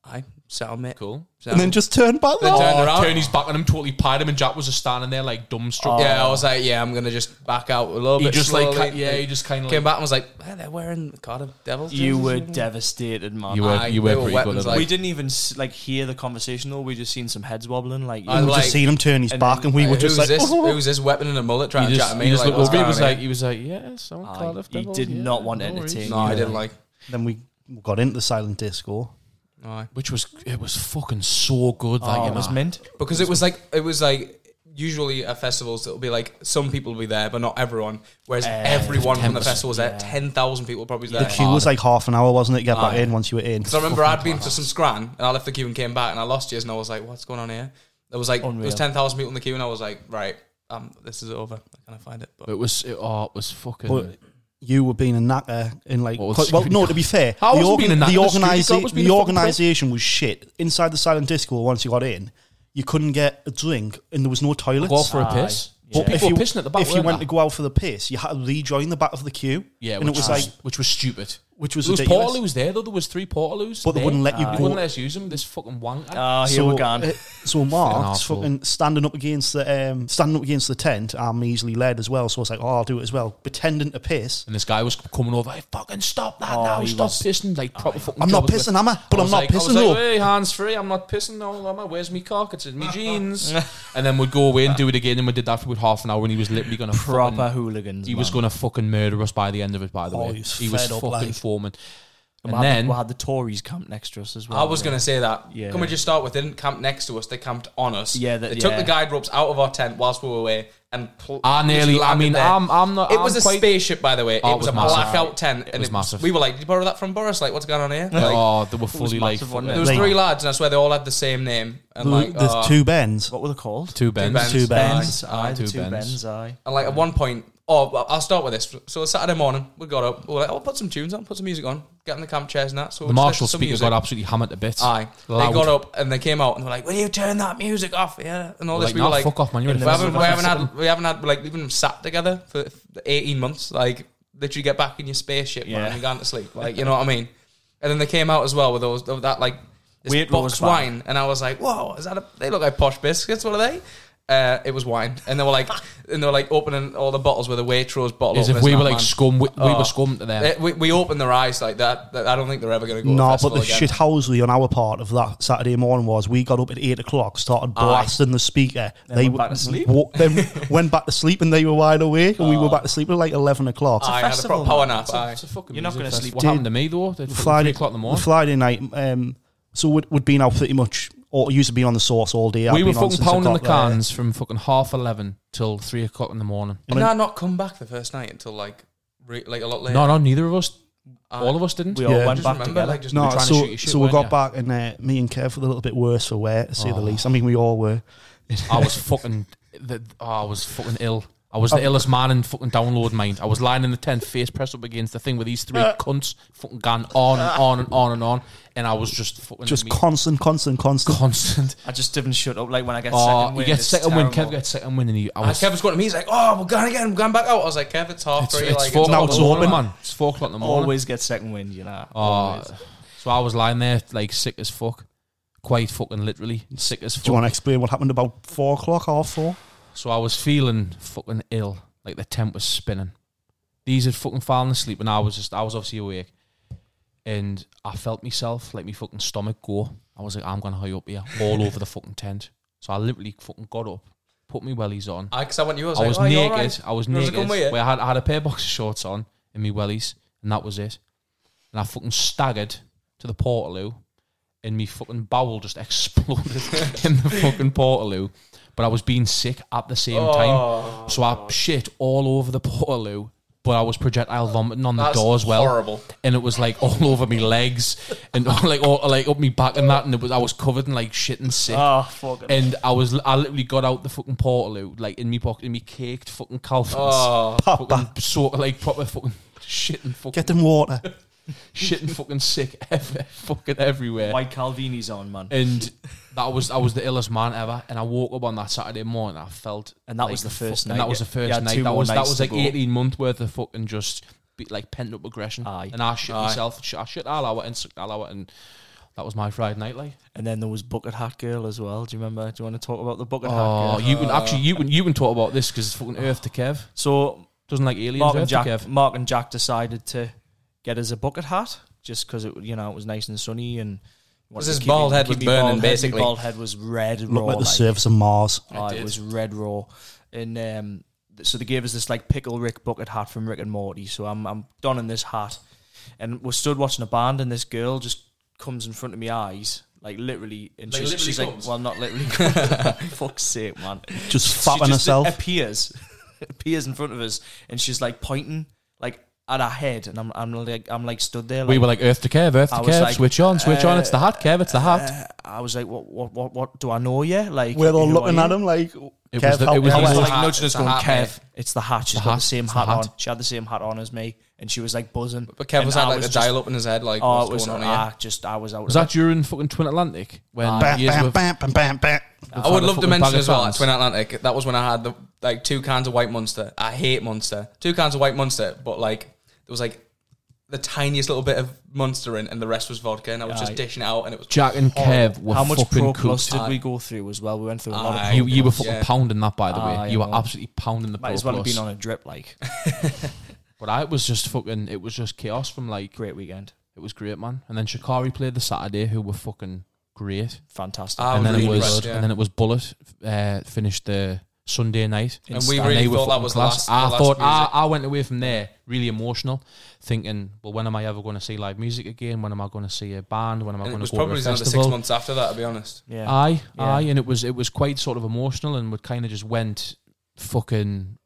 F: "I sound mate,
B: Cool.
D: And then just turn back.
F: Then
D: there.
F: turn-
B: Oh,
F: around.
B: turned his back on him, totally pied him, and Jack was just standing there like dumbstruck.
F: Yeah, I was like, yeah, I'm gonna just back out a little
B: he
F: bit.
B: Oh. just like,
F: slowly.
B: ca- yeah, he just kind of like,
F: Came back and was like, hey, they're wearing the Cardiff Devils.
A: You
F: jerseys."
A: were devastated, man.
B: You were-
F: Aye,
B: you were
F: they
B: pretty
F: weapons,
B: good at
F: like-
A: we didn't even s- like hear the conversation though. We just seen some heads wobbling. Like,
F: I
D: we
A: it was
F: like-
D: just seen him turn his
A: and
D: back, and we were just
F: who's
D: like,
F: this?
B: (laughs)
D: oh.
F: Who's this weapon and a mullet trying
B: He
F: to
B: just,
F: chat at me?
B: he just
F: Like,
B: looked over. He
F: what's
B: was
F: going on
B: like, he was like, yeah, someone
A: Aye,
B: Cardiff
A: he
B: Devils,
A: Ah, did
B: yeah,
A: not want to
B: worries."
A: entertain
F: here? No, I didn't
A: Yeah.
F: like.
D: Then we got into the silent disco.
F: No.
B: Which was it was fucking so good. Like
A: oh,
B: you
A: it was
B: know.
A: mint.
F: Because it was like it was like usually at festivals it'll be like some people will be there but not everyone. Whereas everyone from the
B: 10%,
F: festival was there. Ten thousand people probably there.
D: The queue was like half an hour, wasn't it? Get back in once you were in.
F: So I remember I'd been to some scran and I left the queue and came back and I lost you and I was like, what's going on here? There was like there
A: Unreal.
F: was ten thousand people in the queue and I was like, right, um, this is over. I can't find it. But
B: It was it, oh, it was fucking.
D: But you were being a knacker in like.
B: Well,
D: Well, no, to be fair,
B: I
D: the,
B: wasn't being a knacker,
D: the,
B: the street dog was
D: organisa-
B: being
D: the
B: a fucking prick.
D: organisation was shit. Inside the silent disco, once you got in, you couldn't get a drink, and there was no toilets.
B: go for a
A: Aye.
B: piss.
A: But
B: People
D: if
B: were
D: you,
B: pissing at the back.
D: if you
B: weren't
D: went
B: they?
D: to go out for the piss, you had to rejoin the back of the queue.
B: yeah,
D: and it
B: which
D: was like,
B: which was stupid.
D: which was
B: There was
D: ridiculous.
B: Portaloos there though. There was three Portaloos,
D: But they
B: there.
D: wouldn't let you
B: They
D: go.
B: wouldn't let us use them. This fucking wank.
A: Ah, here we go.
D: uh, so Mark's
B: awful.
D: fucking standing up against the um, standing up against the tent. I'm easily led as well, so I was like, "Oh, I'll do it as well." Pretending to piss,
B: and this guy was coming over. Hey, fucking stop that
A: Oh,
B: now!
A: he
B: Stop
A: was-
B: pissing! Like proper fucking.
D: Oh, I'm not
B: jobbers
D: pissing, am I? But
B: I
D: I'm
B: was
D: not
B: like- I was
D: pissing
B: like,
D: though.
B: Hey, hands free. I'm not pissing. No, am I? Where's me cock? It's
D: (laughs)
B: in my jeans. and then we'd go away and do it again. And we did that for about half an hour. And he was literally gonna
A: Proper
B: Fucking,
A: hooligans.
B: he was
A: man.
B: gonna fucking murder us by the end of it. By the
D: Oh,
B: way,
D: he was
B: he was
D: fed up,
B: fucking
D: like.
B: foaming.
A: We
B: And
A: had the-
B: then
A: we had the Tories camped next to us as well.
F: I was gonna say that.
A: Yeah.
F: Can we just start with they didn't camp next to us, they camped on us.
A: Yeah, that-
F: they took
A: yeah.
F: the guide ropes out of our tent whilst we were away and pl-
B: I nearly.
F: just
B: I
F: landed
B: mean,
F: there.
B: I'm. I'm not.
F: it
B: I'm
F: was a
B: quite-
F: spaceship, by the way.
B: Oh,
F: it
B: it was
F: was, a
B: massive.
F: blackout tent, and
B: was massive.
F: We were like, "Did you borrow that from Boris? Like, what's going on here?" Like,
B: Oh, they were fully like
A: massive, wasn't it?
F: there was
D: Like-
F: three lads, and I swear they all had the same name. And like,
D: there's
F: oh.
D: two bends.
A: What were they called?
B: two bends.
F: bends.
D: Two
A: Bens.
D: bends.
A: Aye, the
B: Two
A: two
B: Bens.
A: Bens. Aye.
F: And like at one point, oh, well, I'll start with this. So Saturday morning, we got up. We were like, "Oh, put some tunes on, put some music on, get in the camp chairs and that." So
B: The Marshall
F: some
B: speaker
F: music.
B: got absolutely hammered to bits.
F: Aye,
B: Loud.
F: they got up and they came out and they were like, "Will you turn that music off?" Yeah, and all
B: We're
F: this.
B: like,
F: we
B: "Nah,
F: were like,
B: fuck off, man, you're in
F: we
B: the
F: haven't,
B: middle
F: we
B: of
F: haven't
B: something."
F: had we haven't had like even sat together for eighteen months. Like literally, get back in your spaceship,
A: Yeah.
F: man, and gone to sleep. Like you know what I mean? And then they came out as well with those with that like this
A: Weird
F: box
A: Rose Bar.
F: wine, and I was like, "Whoa, is that a?" They look like posh biscuits. What are they? Uh, it was wine, and they were like, (laughs) and they were like opening all the bottles with a Waitrose bottle.
B: As if
F: openers
B: we
F: and
B: were
F: that,
B: like
F: man.
B: scum. We, we
F: Oh.
B: were scum to them.
F: They- we, we opened their eyes like that. that I don't think they're ever going to go. to a
D: No, but
F: festival
D: the
F: again.
D: shithousery on our part of that Saturday morning was we got up at eight o'clock, started blasting the speaker.
A: went back to sleep.
D: wa- then (laughs) went back to sleep, and they were wide awake, and we were back to sleep at like eleven o'clock.
F: I had a
A: festival,
F: proper power
A: man.
F: nap. aye.
A: You're not gonna sleep.
B: What happened to me though? It's fucking three o'clock in the morning.
D: Friday night. Um, so we'd, we'd been out pretty much, or used to be on the source all day. I'd
B: we were
D: been on
B: fucking
D: since I
B: pounding the
D: got there.
B: cans from fucking half eleven till three o'clock in the morning.
F: Did I not come back the first night until like re- like a lot later?
B: No, no, neither of us. All of us didn't.
A: We all
D: Yeah.
A: went
F: Just
A: back
F: remember,
A: together.
F: like, just
D: No,
B: trying to
D: so,
B: shoot your shit,
D: so we
B: weren't Oh.
D: got
B: you?
D: back, and uh, me and Kev were a little bit worse for wear, to say the least. I mean, we all were.
B: I was fucking. The, oh, I was fucking ill. I was the
D: Oh.
B: illest man in fucking download mind. I was lying in the tent, face pressed up against the thing with these
D: Uh.
B: three cunts, fucking gone on and on and on and on, and I was just fucking
D: Just
B: me-
D: constant, constant, constant.
B: constant.
A: I just didn't shut up. Like when I get
B: Oh,
A: second
B: you
A: wind,
B: get
A: it's
B: second win. Kev
A: terrible.
B: gets second win, and he. I
F: And
B: was.
F: Kevin's going to me. He's like, "Oh, we're going again. We're going back out." I was like, "Kev, it's half
B: it's,
F: three.
B: it's
F: like,
B: four o'clock in
F: almost
B: the morning,
F: over."
B: man. It's four o'clock in the morning.
A: Always get second wind, you know.
B: Oh, so I was lying there like sick as fuck, quite fucking literally sick as
D: Do you
B: fuck.
D: want to explain what happened about four o'clock, half four?
B: So I was feeling fucking ill, like the tent was spinning. These had fucking fallen asleep, and I was just I was obviously awake, and I felt myself like my fucking stomach go. I was like, I'm gonna hurry up here, all over the fucking tent. So I literally fucking got up, put me wellies on.
F: I, cause I went to you. I was,
B: I
F: like,
B: was
F: "Oh, you all
B: naked.
F: right?"
B: I was
F: And
B: naked.
F: like, "Come here."
B: where I had, I had a pair of boxer shorts on and me wellies, and that was it. And I fucking staggered to the portaloo, and me fucking bowel just (laughs)
F: (laughs)
B: exploded in the fucking portaloo. But I was being sick at the same
F: Oh.
B: time, so I shit all over the portaloo. But I was projectile vomiting on the
F: That's
B: door as well,
F: horrible.
B: and it was like all over me legs and like all, like up me back and that, and it was I was covered in like shit and sick.
A: Oh, fuck it.
B: And I was, I literally got out the fucking portaloo, like in me pocket, in me caked fucking calfins,
F: Oh.
B: fucking sort of like proper fucking shit and fucking
D: Get
B: (laughs)
D: them water.
B: shit and fucking sick, (laughs) ever, fucking everywhere.
A: White Calvini's on, man.
B: And that was, I was the illest man ever. And I woke up on that Saturday morning, I felt,
A: And that
B: like
A: was the
B: fuck-
A: first
B: and
A: night.
B: that was the
A: You
B: first
A: had
B: night.
A: two
B: That
A: more
B: was that
A: nights
B: was
A: to
B: like
A: go.
B: eighteen month worth of fucking just be, like pent up aggression.
A: Aye.
B: And I shit
F: Aye.
B: myself, shit- I shit all out and sucked all out, and that was my Friday night, like.
A: And then there was Bucket Hat Girl as well. Do you remember? Do you want to talk about the Bucket Hat
B: Oh,
A: Girl?
B: you can actually you can you can talk about this because it's fucking Earth to Kev.
A: So
B: Doesn't like aliens.
A: Mark and
B: Earth
A: Jack,
B: to Kev.
A: Mark and Jack decided to get us a bucket hat just because it, you know, it was nice and sunny and. wanted
F: his
A: to keep
F: bald head
A: keep
F: was
A: me bald
F: burning,
A: head. Me
F: basically.
A: bald head was red raw.
D: Look like the
A: like,
D: surface of Mars.
A: oh, it,
B: did.
A: was red raw, and um, th- so they gave us this like pickle Rick bucket hat from Rick and Morty. So I'm I'm donning this hat, and we're stood watching a band, and this girl just comes in front of my eyes. Like literally, and
F: Like,
A: she's,
F: literally
A: she's
F: comes?
A: like, "Well, not
F: (laughs)
A: literally." comes." Fuck's sake, man!
D: Just
A: She
D: fapping
A: just
D: herself.
A: appears (laughs) appears in front of us and she's like pointing like at our head and i'm, I'm like i'm like stood there like,
B: We were like Earth to Kev, Earth to
A: I was
B: Kev.
A: like,
B: switch on, switch on. It's the hat, Kev. It's the hat.
A: uh, i was like what what what what do i know you like
D: We're all
A: who are
D: looking
A: you?
D: at him like,
B: It
D: Kev,
B: was the-
D: help
B: it was
D: me
A: I was
B: the- It's
D: out.
A: like
B: hat,
A: nudging
B: it's
A: us
B: the
A: going,
B: hat,
A: Kev,
B: mate.
A: it's the hat. She's
B: The
A: got
B: hat,
A: the same
B: it's the
A: hat,
B: hat.
A: on. She had the same hat on as me, and she was like buzzing.
F: But Kev
A: And
F: was had
A: I
F: like a
A: just-
F: dial up in his head, like
A: Oh,
F: what's
A: it was
F: going on here?
A: ah, just I was out.
B: Was that during fucking Twin Atlantic? When
D: bam,
B: years
D: bam,
B: with-
D: bam, bam, bam, bam.
F: I would love to
B: fucking bag
F: mention
B: of
F: as well,
B: fans.
F: at Twin Atlantic, that was when I had the like two cans of white monster. I hate monster. Two cans of white monster, but like there was like the tiniest little bit of monster in and the rest was vodka and I was just
A: Aye.
F: dishing it out and it was
B: Jack and Kev were
A: oh, How much
B: fucking
A: pro
B: cooked.
A: plus did we go through as well? We went through a lot
F: Aye.
A: of.
B: You, you were
F: Plus,
B: fucking
F: yeah.
B: pounding that, by the way.
A: Aye,
B: you
A: I
B: were
A: know.
B: absolutely pounding the
A: Ah, Might
B: Pro
A: as well have
B: Plus.
A: been on a drip. Like
B: But I was just fucking. It was just chaos from like.
A: great weekend,
B: It was great, man. And then Shikari played the Saturday, who were fucking great.
A: fantastic.
F: I
B: and
F: was
B: then
F: really
B: it was
F: impressed, yeah.
B: and then it was Bullet uh, finished the Sunday night.
F: And we
B: And
F: really
B: they were
F: thought that
B: fucking
F: was the
B: class.
F: last- the
B: I
F: last
B: thought "Ah,
F: music.
B: I, I went away from there really emotional, thinking, well, when am I ever going to see live music again? When am I going to see a band? When am I
F: and it
B: going
F: was
B: to go to a
F: probably another six
B: festival?
F: months after that, to be honest.
A: yeah.
B: Aye,
A: Yeah.
B: aye, and it was it was quite sort of emotional, and we kind of just went fucking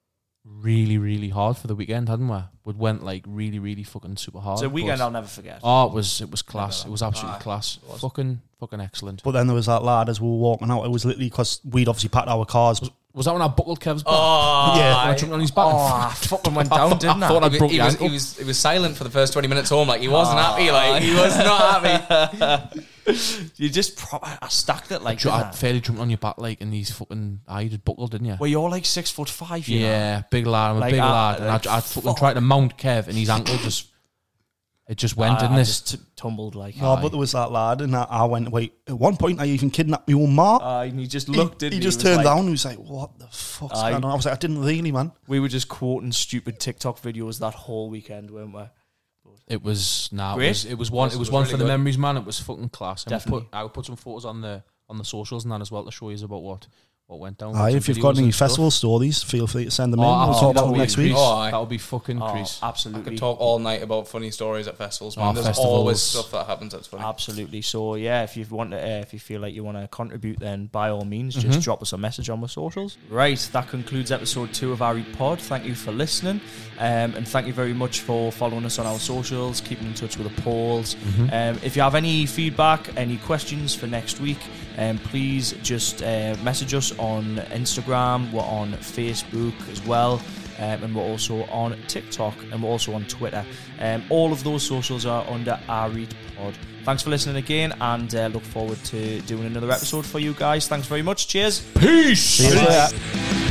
B: really really hard for the weekend, hadn't we? We went like really really fucking super hard.
A: So
B: but-
A: weekend I'll never forget.
B: Oh, it was it was class. It was absolutely
F: Aye,
B: class.
F: Ah, it was.
B: Fucking fucking excellent.
D: But then there was that lad as we were walking out. It was literally because we'd obviously packed our cars.
B: Was that when I buckled Kev's back?
F: Oh
D: Yeah,
B: when I jumped on his back. and
A: Oh, I fucking went down, didn't
B: I
A: I?
B: thought I
F: He,
B: broke
F: he
B: your
F: was,
B: ankle. Ah.
F: he was he was silent for the first twenty minutes home. Like he wasn't happy. Like he was (laughs) not
A: (laughs)
F: happy.
A: you just prop I stacked it like.
B: Ju- I
A: that.
B: fairly jumped on your back like, and he's fucking. I just buckled, didn't you?
A: Well, you're like six foot five. You know?
B: yeah, big lad. I'm
A: Like,
B: a big
A: I-
B: lad, and I,
A: like,
B: I fucking
A: fuck.
B: tried to mount Kev, and his ankle just. It just went,
A: I-
B: didn't
A: I
B: it?
A: just t- tumbled like.
D: No, but there was that lad, and I, I went, wait, at one point, I even kidnapped my own ma.
A: Uh, and he just
D: He-
A: looked.
D: he,
A: didn't
D: just
A: He was
D: turned
A: like-
D: down and he was like, what the fuck's
A: Aye.
D: going on? I was like, I didn't really, man.
A: We were just quoting stupid TikTok videos that whole weekend, weren't we?
B: It was nah. It
A: Great.
B: was, it was one. It
F: This
B: was
F: was
B: one
F: really
B: for the
F: good.
B: memories, man. It was fucking class. And we'll
A: Definitely.
B: put, I will put some photos on the on the socials and that as well to show you about what what went down.
D: Aye,
B: some
D: if you've
B: videos
D: got any
B: and stuff.
D: festival stories, feel free to send them
B: oh,
D: in. We'll
B: absolutely,
D: talk about
B: that
D: them
B: would
D: next
B: be
D: week.
B: increase.
F: Oh, aye.
B: that would be fucking increase.
A: Oh,
F: (laughs) I
A: absolutely,
F: could talk all night about funny stories at festivals,
B: Oh,
F: man. There's
B: festivals.
F: always stuff that happens that's funny.
A: absolutely. So yeah, if you want to, uh, if you feel like you want to contribute, then by all means,
F: Mm-hmm.
A: just drop us a message on the socials. Right, that concludes episode two of Ari Pod. Thank you for listening, um, and thank you very much for following us on our socials, keeping in touch with the polls.
F: Mm-hmm.
A: Um, if you have any feedback, any questions for next week, um, please just uh, message us on Instagram. We're on Facebook as well. Um, and we're also on TikTok and we're also on Twitter. Um, all of those socials are under Our Read Pod. Thanks for listening again and uh, look forward to doing another episode for you guys. Thanks very much. Cheers.
D: See you later.